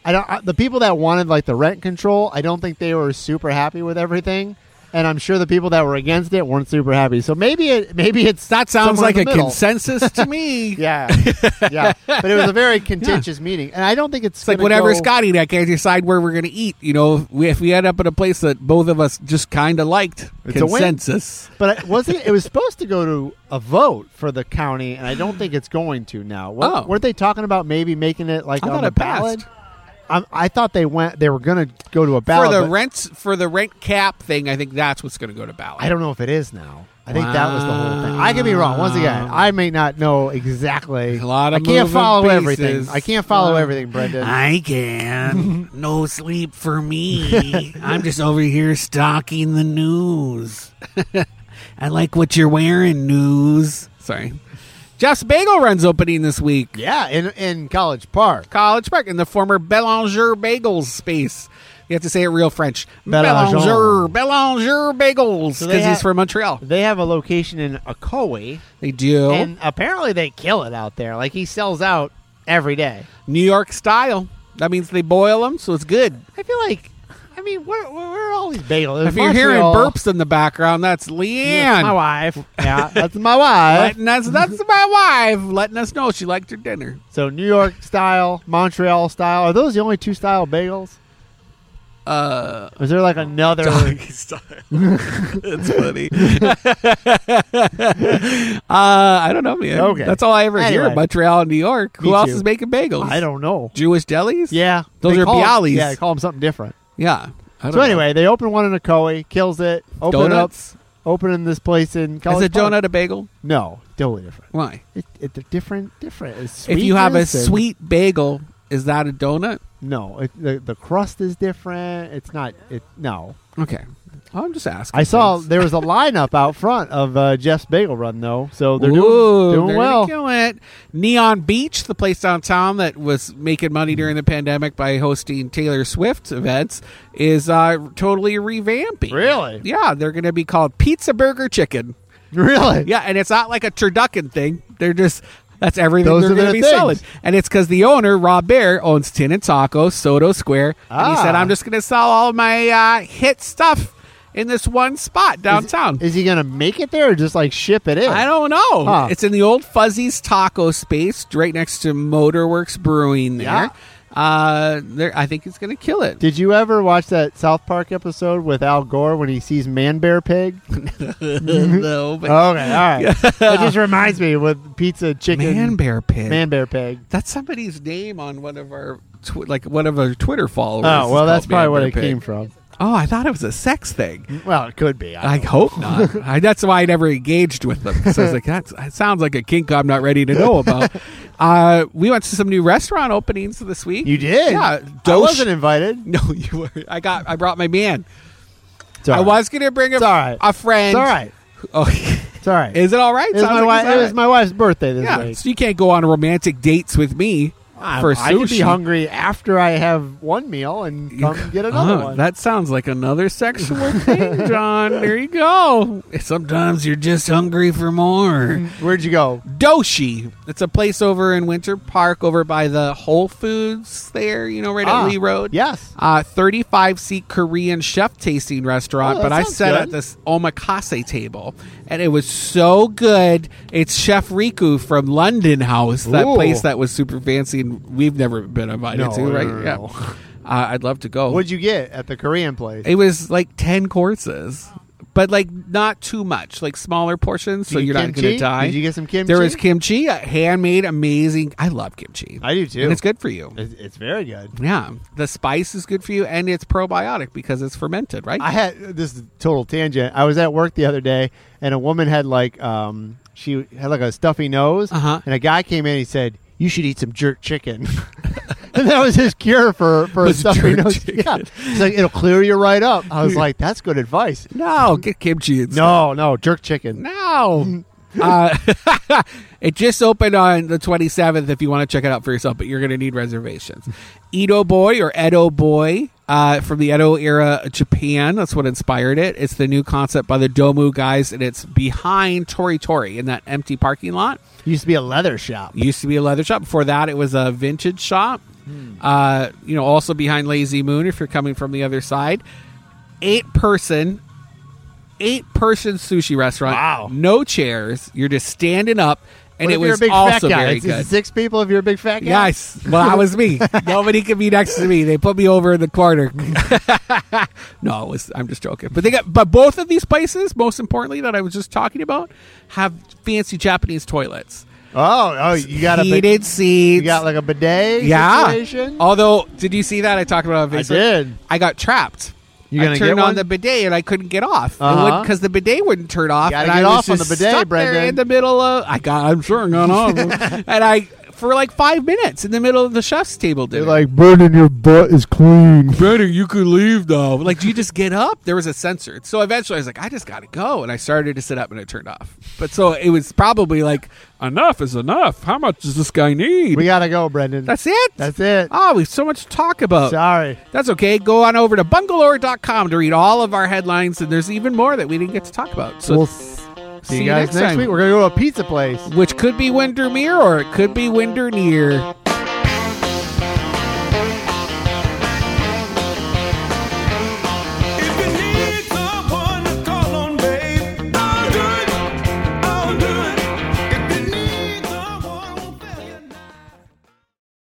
Speaker 1: I don't. I, the people that wanted like the rent control, I don't think they were super happy with everything, and I'm sure the people that were against it weren't super happy. So maybe it maybe it's
Speaker 2: that sounds
Speaker 1: somewhere
Speaker 2: like
Speaker 1: in the
Speaker 2: a
Speaker 1: middle.
Speaker 2: consensus to me.
Speaker 1: Yeah, yeah. But it was a very contentious meeting, and I don't think it's,
Speaker 2: It's like
Speaker 1: gonna
Speaker 2: whatever
Speaker 1: go-
Speaker 2: Scotty and I can't decide where we're going to eat. You know, if we, if we end up in a place that both of us just kind of liked,
Speaker 1: It's a win.
Speaker 2: consensus.
Speaker 1: But it wasn't it was supposed to go to a vote for the county, and I don't think it's going to now. Wa-
Speaker 2: Oh.
Speaker 1: weren't they talking about maybe making it like
Speaker 2: I
Speaker 1: on
Speaker 2: thought
Speaker 1: the
Speaker 2: it passed.
Speaker 1: ballot? I, I thought they went. They were going to go to a ballot
Speaker 2: for the
Speaker 1: but
Speaker 2: rent for the rent cap thing, I think that's what's going to go to ballot.
Speaker 1: I don't know if it is now. I think that was the whole thing. I could be wrong. Once again, I may not know exactly.
Speaker 2: A lot of
Speaker 1: I can't
Speaker 2: moving
Speaker 1: follow
Speaker 2: pieces.
Speaker 1: everything. I can't follow
Speaker 2: Wow.
Speaker 1: everything, Brendan.
Speaker 2: I can. no sleep for me. I'm just over here stalking the news. I like what you're wearing, news. Sorry. Jeff's Bagel Run's opening this week.
Speaker 1: yeah, in in College Park.
Speaker 2: College Park in the former Belanger Bagels space. You have to say it real French.
Speaker 1: Belanger.
Speaker 2: Belanger, Belanger Bagels, because
Speaker 1: So they ha-
Speaker 2: he's from Montreal.
Speaker 1: They have a location in Ocoee,
Speaker 2: They do
Speaker 1: and apparently they kill it out there. Like he sells out every day.
Speaker 2: New York style. That means they boil them, so it's good.
Speaker 1: I feel like, I mean, where, where, where are all these bagels?
Speaker 2: If you're hearing
Speaker 1: Montreal-
Speaker 2: burps in the background, that's
Speaker 1: that's my
Speaker 2: Leanne
Speaker 1: wife. Yeah, that's my wife.
Speaker 2: letting us. That's my wife letting us know she liked her dinner.
Speaker 1: So New York style, Montreal style. Are those the only two style bagels?
Speaker 2: Uh,
Speaker 1: Is there like another?
Speaker 2: style. that's funny. uh, I don't know, man.
Speaker 1: Okay.
Speaker 2: that's all I ever hear.
Speaker 1: Anyway.
Speaker 2: Montreal, and New York. Who
Speaker 1: Me
Speaker 2: else
Speaker 1: too.
Speaker 2: is making bagels?
Speaker 1: I don't know.
Speaker 2: Jewish delis?
Speaker 1: Yeah,
Speaker 2: Those
Speaker 1: They
Speaker 2: are
Speaker 1: call 'em-
Speaker 2: Bialys.
Speaker 1: Yeah, they call them something different.
Speaker 2: Yeah. I don't
Speaker 1: So
Speaker 2: know.
Speaker 1: anyway, they open one in Ocoee, kills it. Open it up,
Speaker 2: donuts.
Speaker 1: opening this place in
Speaker 2: Is
Speaker 1: College
Speaker 2: a
Speaker 1: Park.
Speaker 2: donut a bagel?
Speaker 1: No, totally different.
Speaker 2: Why?
Speaker 1: It, it, they're different, different. It's
Speaker 2: if you have a
Speaker 1: sweetness and-
Speaker 2: sweet bagel, is that a donut?
Speaker 1: no, it, the the crust is different. It's not. It no.
Speaker 2: Okay. I'm just asking.
Speaker 1: I saw
Speaker 2: things.
Speaker 1: there was a lineup out front of uh, Jeff's Bagel Run, though, so they're
Speaker 2: Ooh,
Speaker 1: doing, doing
Speaker 2: they're
Speaker 1: well.
Speaker 2: doing it. Neon Beach, the place downtown that was making money during the pandemic by hosting Taylor Swift events, is uh, totally revamping.
Speaker 1: Really?
Speaker 2: Yeah, they're going to be called Pizza Burger Chicken.
Speaker 1: Really?
Speaker 2: Yeah, and it's not like a turducken thing. They're just that's everything
Speaker 1: Those
Speaker 2: they're
Speaker 1: are
Speaker 2: going to
Speaker 1: their
Speaker 2: be
Speaker 1: things.
Speaker 2: selling, and it's because the owner Rob Bear owns Tin and Taco, Soto Square, and he said,
Speaker 1: Ah.
Speaker 2: "I'm just going to sell all my uh, hit stuff in this one spot downtown."
Speaker 1: Is he gonna make it there or just like ship it in?
Speaker 2: I don't know.
Speaker 1: Huh.
Speaker 2: It's in the old Fuzzy's Taco space, right next to Motorworks Brewing. There,
Speaker 1: Yeah.
Speaker 2: uh, there. I think it's going to kill it.
Speaker 1: Did you ever watch that South Park episode with Al Gore when he sees Man Bear Pig? Oh,
Speaker 2: no, but
Speaker 1: Okay, all right. It just reminds me with pizza chicken
Speaker 2: Man Bear Pig.
Speaker 1: Man Bear Pig.
Speaker 2: That's somebody's name on one of our tw- like one of our Twitter followers.
Speaker 1: Oh
Speaker 2: is
Speaker 1: well, that's
Speaker 2: called
Speaker 1: probably
Speaker 2: Man
Speaker 1: where
Speaker 2: Bear
Speaker 1: it
Speaker 2: Pig.
Speaker 1: came from.
Speaker 2: Oh, I thought it was a sex thing.
Speaker 1: Well, it could be. I
Speaker 2: I hope not. I, that's why I never engaged with them. So I was like, that's, that sounds like a kink I'm not ready to know about. Uh, we went to some new restaurant openings this week.
Speaker 1: you did.
Speaker 2: Yeah.
Speaker 1: I
Speaker 2: Dosh-
Speaker 1: wasn't invited.
Speaker 2: No, you were. I got. I brought my man.
Speaker 1: It's all
Speaker 2: I
Speaker 1: right.
Speaker 2: was gonna bring a,
Speaker 1: It's all right.
Speaker 2: a friend.
Speaker 1: It's all right.
Speaker 2: Oh,
Speaker 1: It's all right.
Speaker 2: is it all right?
Speaker 1: It was,
Speaker 2: Sounds
Speaker 1: my,
Speaker 2: like
Speaker 1: wi-
Speaker 2: it's all
Speaker 1: it
Speaker 2: right.
Speaker 1: was my wife's birthday this
Speaker 2: yeah.
Speaker 1: week.
Speaker 2: So you can't go on romantic dates with me for sushi.
Speaker 1: I could be hungry after I have one meal and
Speaker 2: You-
Speaker 1: come get another
Speaker 2: Oh,
Speaker 1: one.
Speaker 2: That sounds like another sexual thing, John. There you go. Sometimes you're just hungry for more.
Speaker 1: Where'd you go?
Speaker 2: Doshi. It's a place over in Winter Park, over by the Whole Foods there. You know, right
Speaker 1: Ah,
Speaker 2: at Lee Road.
Speaker 1: Yes.
Speaker 2: uh, 35 seat Korean chef tasting restaurant,
Speaker 1: Oh, that
Speaker 2: but I
Speaker 1: sounds
Speaker 2: sat
Speaker 1: good.
Speaker 2: at this omakase table and it was so good. It's Chef Riku from London House, that
Speaker 1: Ooh.
Speaker 2: place that was super fancy and we've never been invited
Speaker 1: No,
Speaker 2: to,
Speaker 1: no,
Speaker 2: right?
Speaker 1: no, no,
Speaker 2: yeah.
Speaker 1: no.
Speaker 2: Uh, I'd love to go.
Speaker 1: What'd you get at the Korean place?
Speaker 2: it was like 10 courses, but like not too much, like smaller portions,
Speaker 1: Did
Speaker 2: so
Speaker 1: you
Speaker 2: you're
Speaker 1: get
Speaker 2: not going to
Speaker 1: kimchi?
Speaker 2: die.
Speaker 1: Did you get some kimchi?
Speaker 2: There was kimchi, uh, handmade, amazing. I love kimchi.
Speaker 1: I do too.
Speaker 2: And it's good for you.
Speaker 1: It's, it's very good.
Speaker 2: Yeah, the spice is good for you, and it's probiotic because it's fermented, right?
Speaker 1: I had this is a total tangent. I was at work the other day, and a woman had like um she had like a stuffy nose,
Speaker 2: Uh-huh.
Speaker 1: and a guy came in. and He said, "You should eat some jerk chicken." And that was his cure for, for a
Speaker 2: Was
Speaker 1: stuffy
Speaker 2: jerk
Speaker 1: nose.
Speaker 2: chicken.
Speaker 1: Yeah. He's like, it'll clear you right up. I was like, that's good advice.
Speaker 2: no, get kimchi. and stuff.
Speaker 1: No, no, jerk chicken.
Speaker 2: no. uh, it just opened on the 27th. If you want to check it out for yourself, but you're going to need reservations. Edo Boy or Edo Boy uh, from the Edo era Japan. That's what inspired it. It's the new concept by the Domu guys, and it's behind Tori Tori in that empty parking lot.
Speaker 1: Used to be a leather shop.
Speaker 2: used to be a leather shop. Before that, it was a vintage shop.
Speaker 1: Hmm.
Speaker 2: Uh, you know, also behind Lazy Moon if you're coming from the other side. Eight person, eight person sushi restaurant.
Speaker 1: Wow.
Speaker 2: No chairs. You're just standing up, and
Speaker 1: What
Speaker 2: it
Speaker 1: if you're
Speaker 2: was
Speaker 1: a big
Speaker 2: also
Speaker 1: fat guy?
Speaker 2: very
Speaker 1: It's-
Speaker 2: good.
Speaker 1: it's six people if you're a big fat guy.
Speaker 2: Yes. Well, that was me. Nobody could be next to me. They put me over in the corner. no, it was, I'm just joking. But they got, but both of these places, most importantly, that I was just talking about, have fancy Japanese toilets,
Speaker 1: Oh, oh, you got a
Speaker 2: heated
Speaker 1: bid-
Speaker 2: seats.
Speaker 1: you got like a bidet
Speaker 2: yeah. Oh.
Speaker 1: situation.
Speaker 2: Although, did you see that I talked about? it on
Speaker 1: I
Speaker 2: Facebook?
Speaker 1: did.
Speaker 2: I got trapped.
Speaker 1: You
Speaker 2: I
Speaker 1: gonna
Speaker 2: turned
Speaker 1: get
Speaker 2: on
Speaker 1: one?
Speaker 2: the bidet and I couldn't get off
Speaker 1: Uh-huh.
Speaker 2: because the bidet wouldn't turn off.
Speaker 1: Gotta
Speaker 2: and
Speaker 1: get
Speaker 2: I
Speaker 1: off
Speaker 2: was
Speaker 1: on
Speaker 2: just
Speaker 1: the bidet,
Speaker 2: stuck There
Speaker 1: Brendan.
Speaker 2: in the middle of, I got. I'm sure I got off, and I for like five minutes in the middle of the chef's table. Did
Speaker 1: You're
Speaker 2: it.
Speaker 1: like burning your butt is clean.
Speaker 2: Brendan, you could leave though. Like, do you just get up? There was a sensor, so eventually I was like, I just gotta go, and I started to sit up and it turned off. But so it was probably like enough is enough. How much does this guy need?
Speaker 1: We gotta go, Brendan.
Speaker 2: That's it.
Speaker 1: That's it.
Speaker 2: Oh, we have so much to talk about.
Speaker 1: Sorry.
Speaker 2: That's okay. Go on over to bungalore.com to read all of our headlines, and there's even more that we didn't get to talk about. So,
Speaker 1: we'll s- see, you guys next,
Speaker 2: time.
Speaker 1: week. We're gonna go to a pizza place.
Speaker 2: which could be Windermere or it could be Windernear.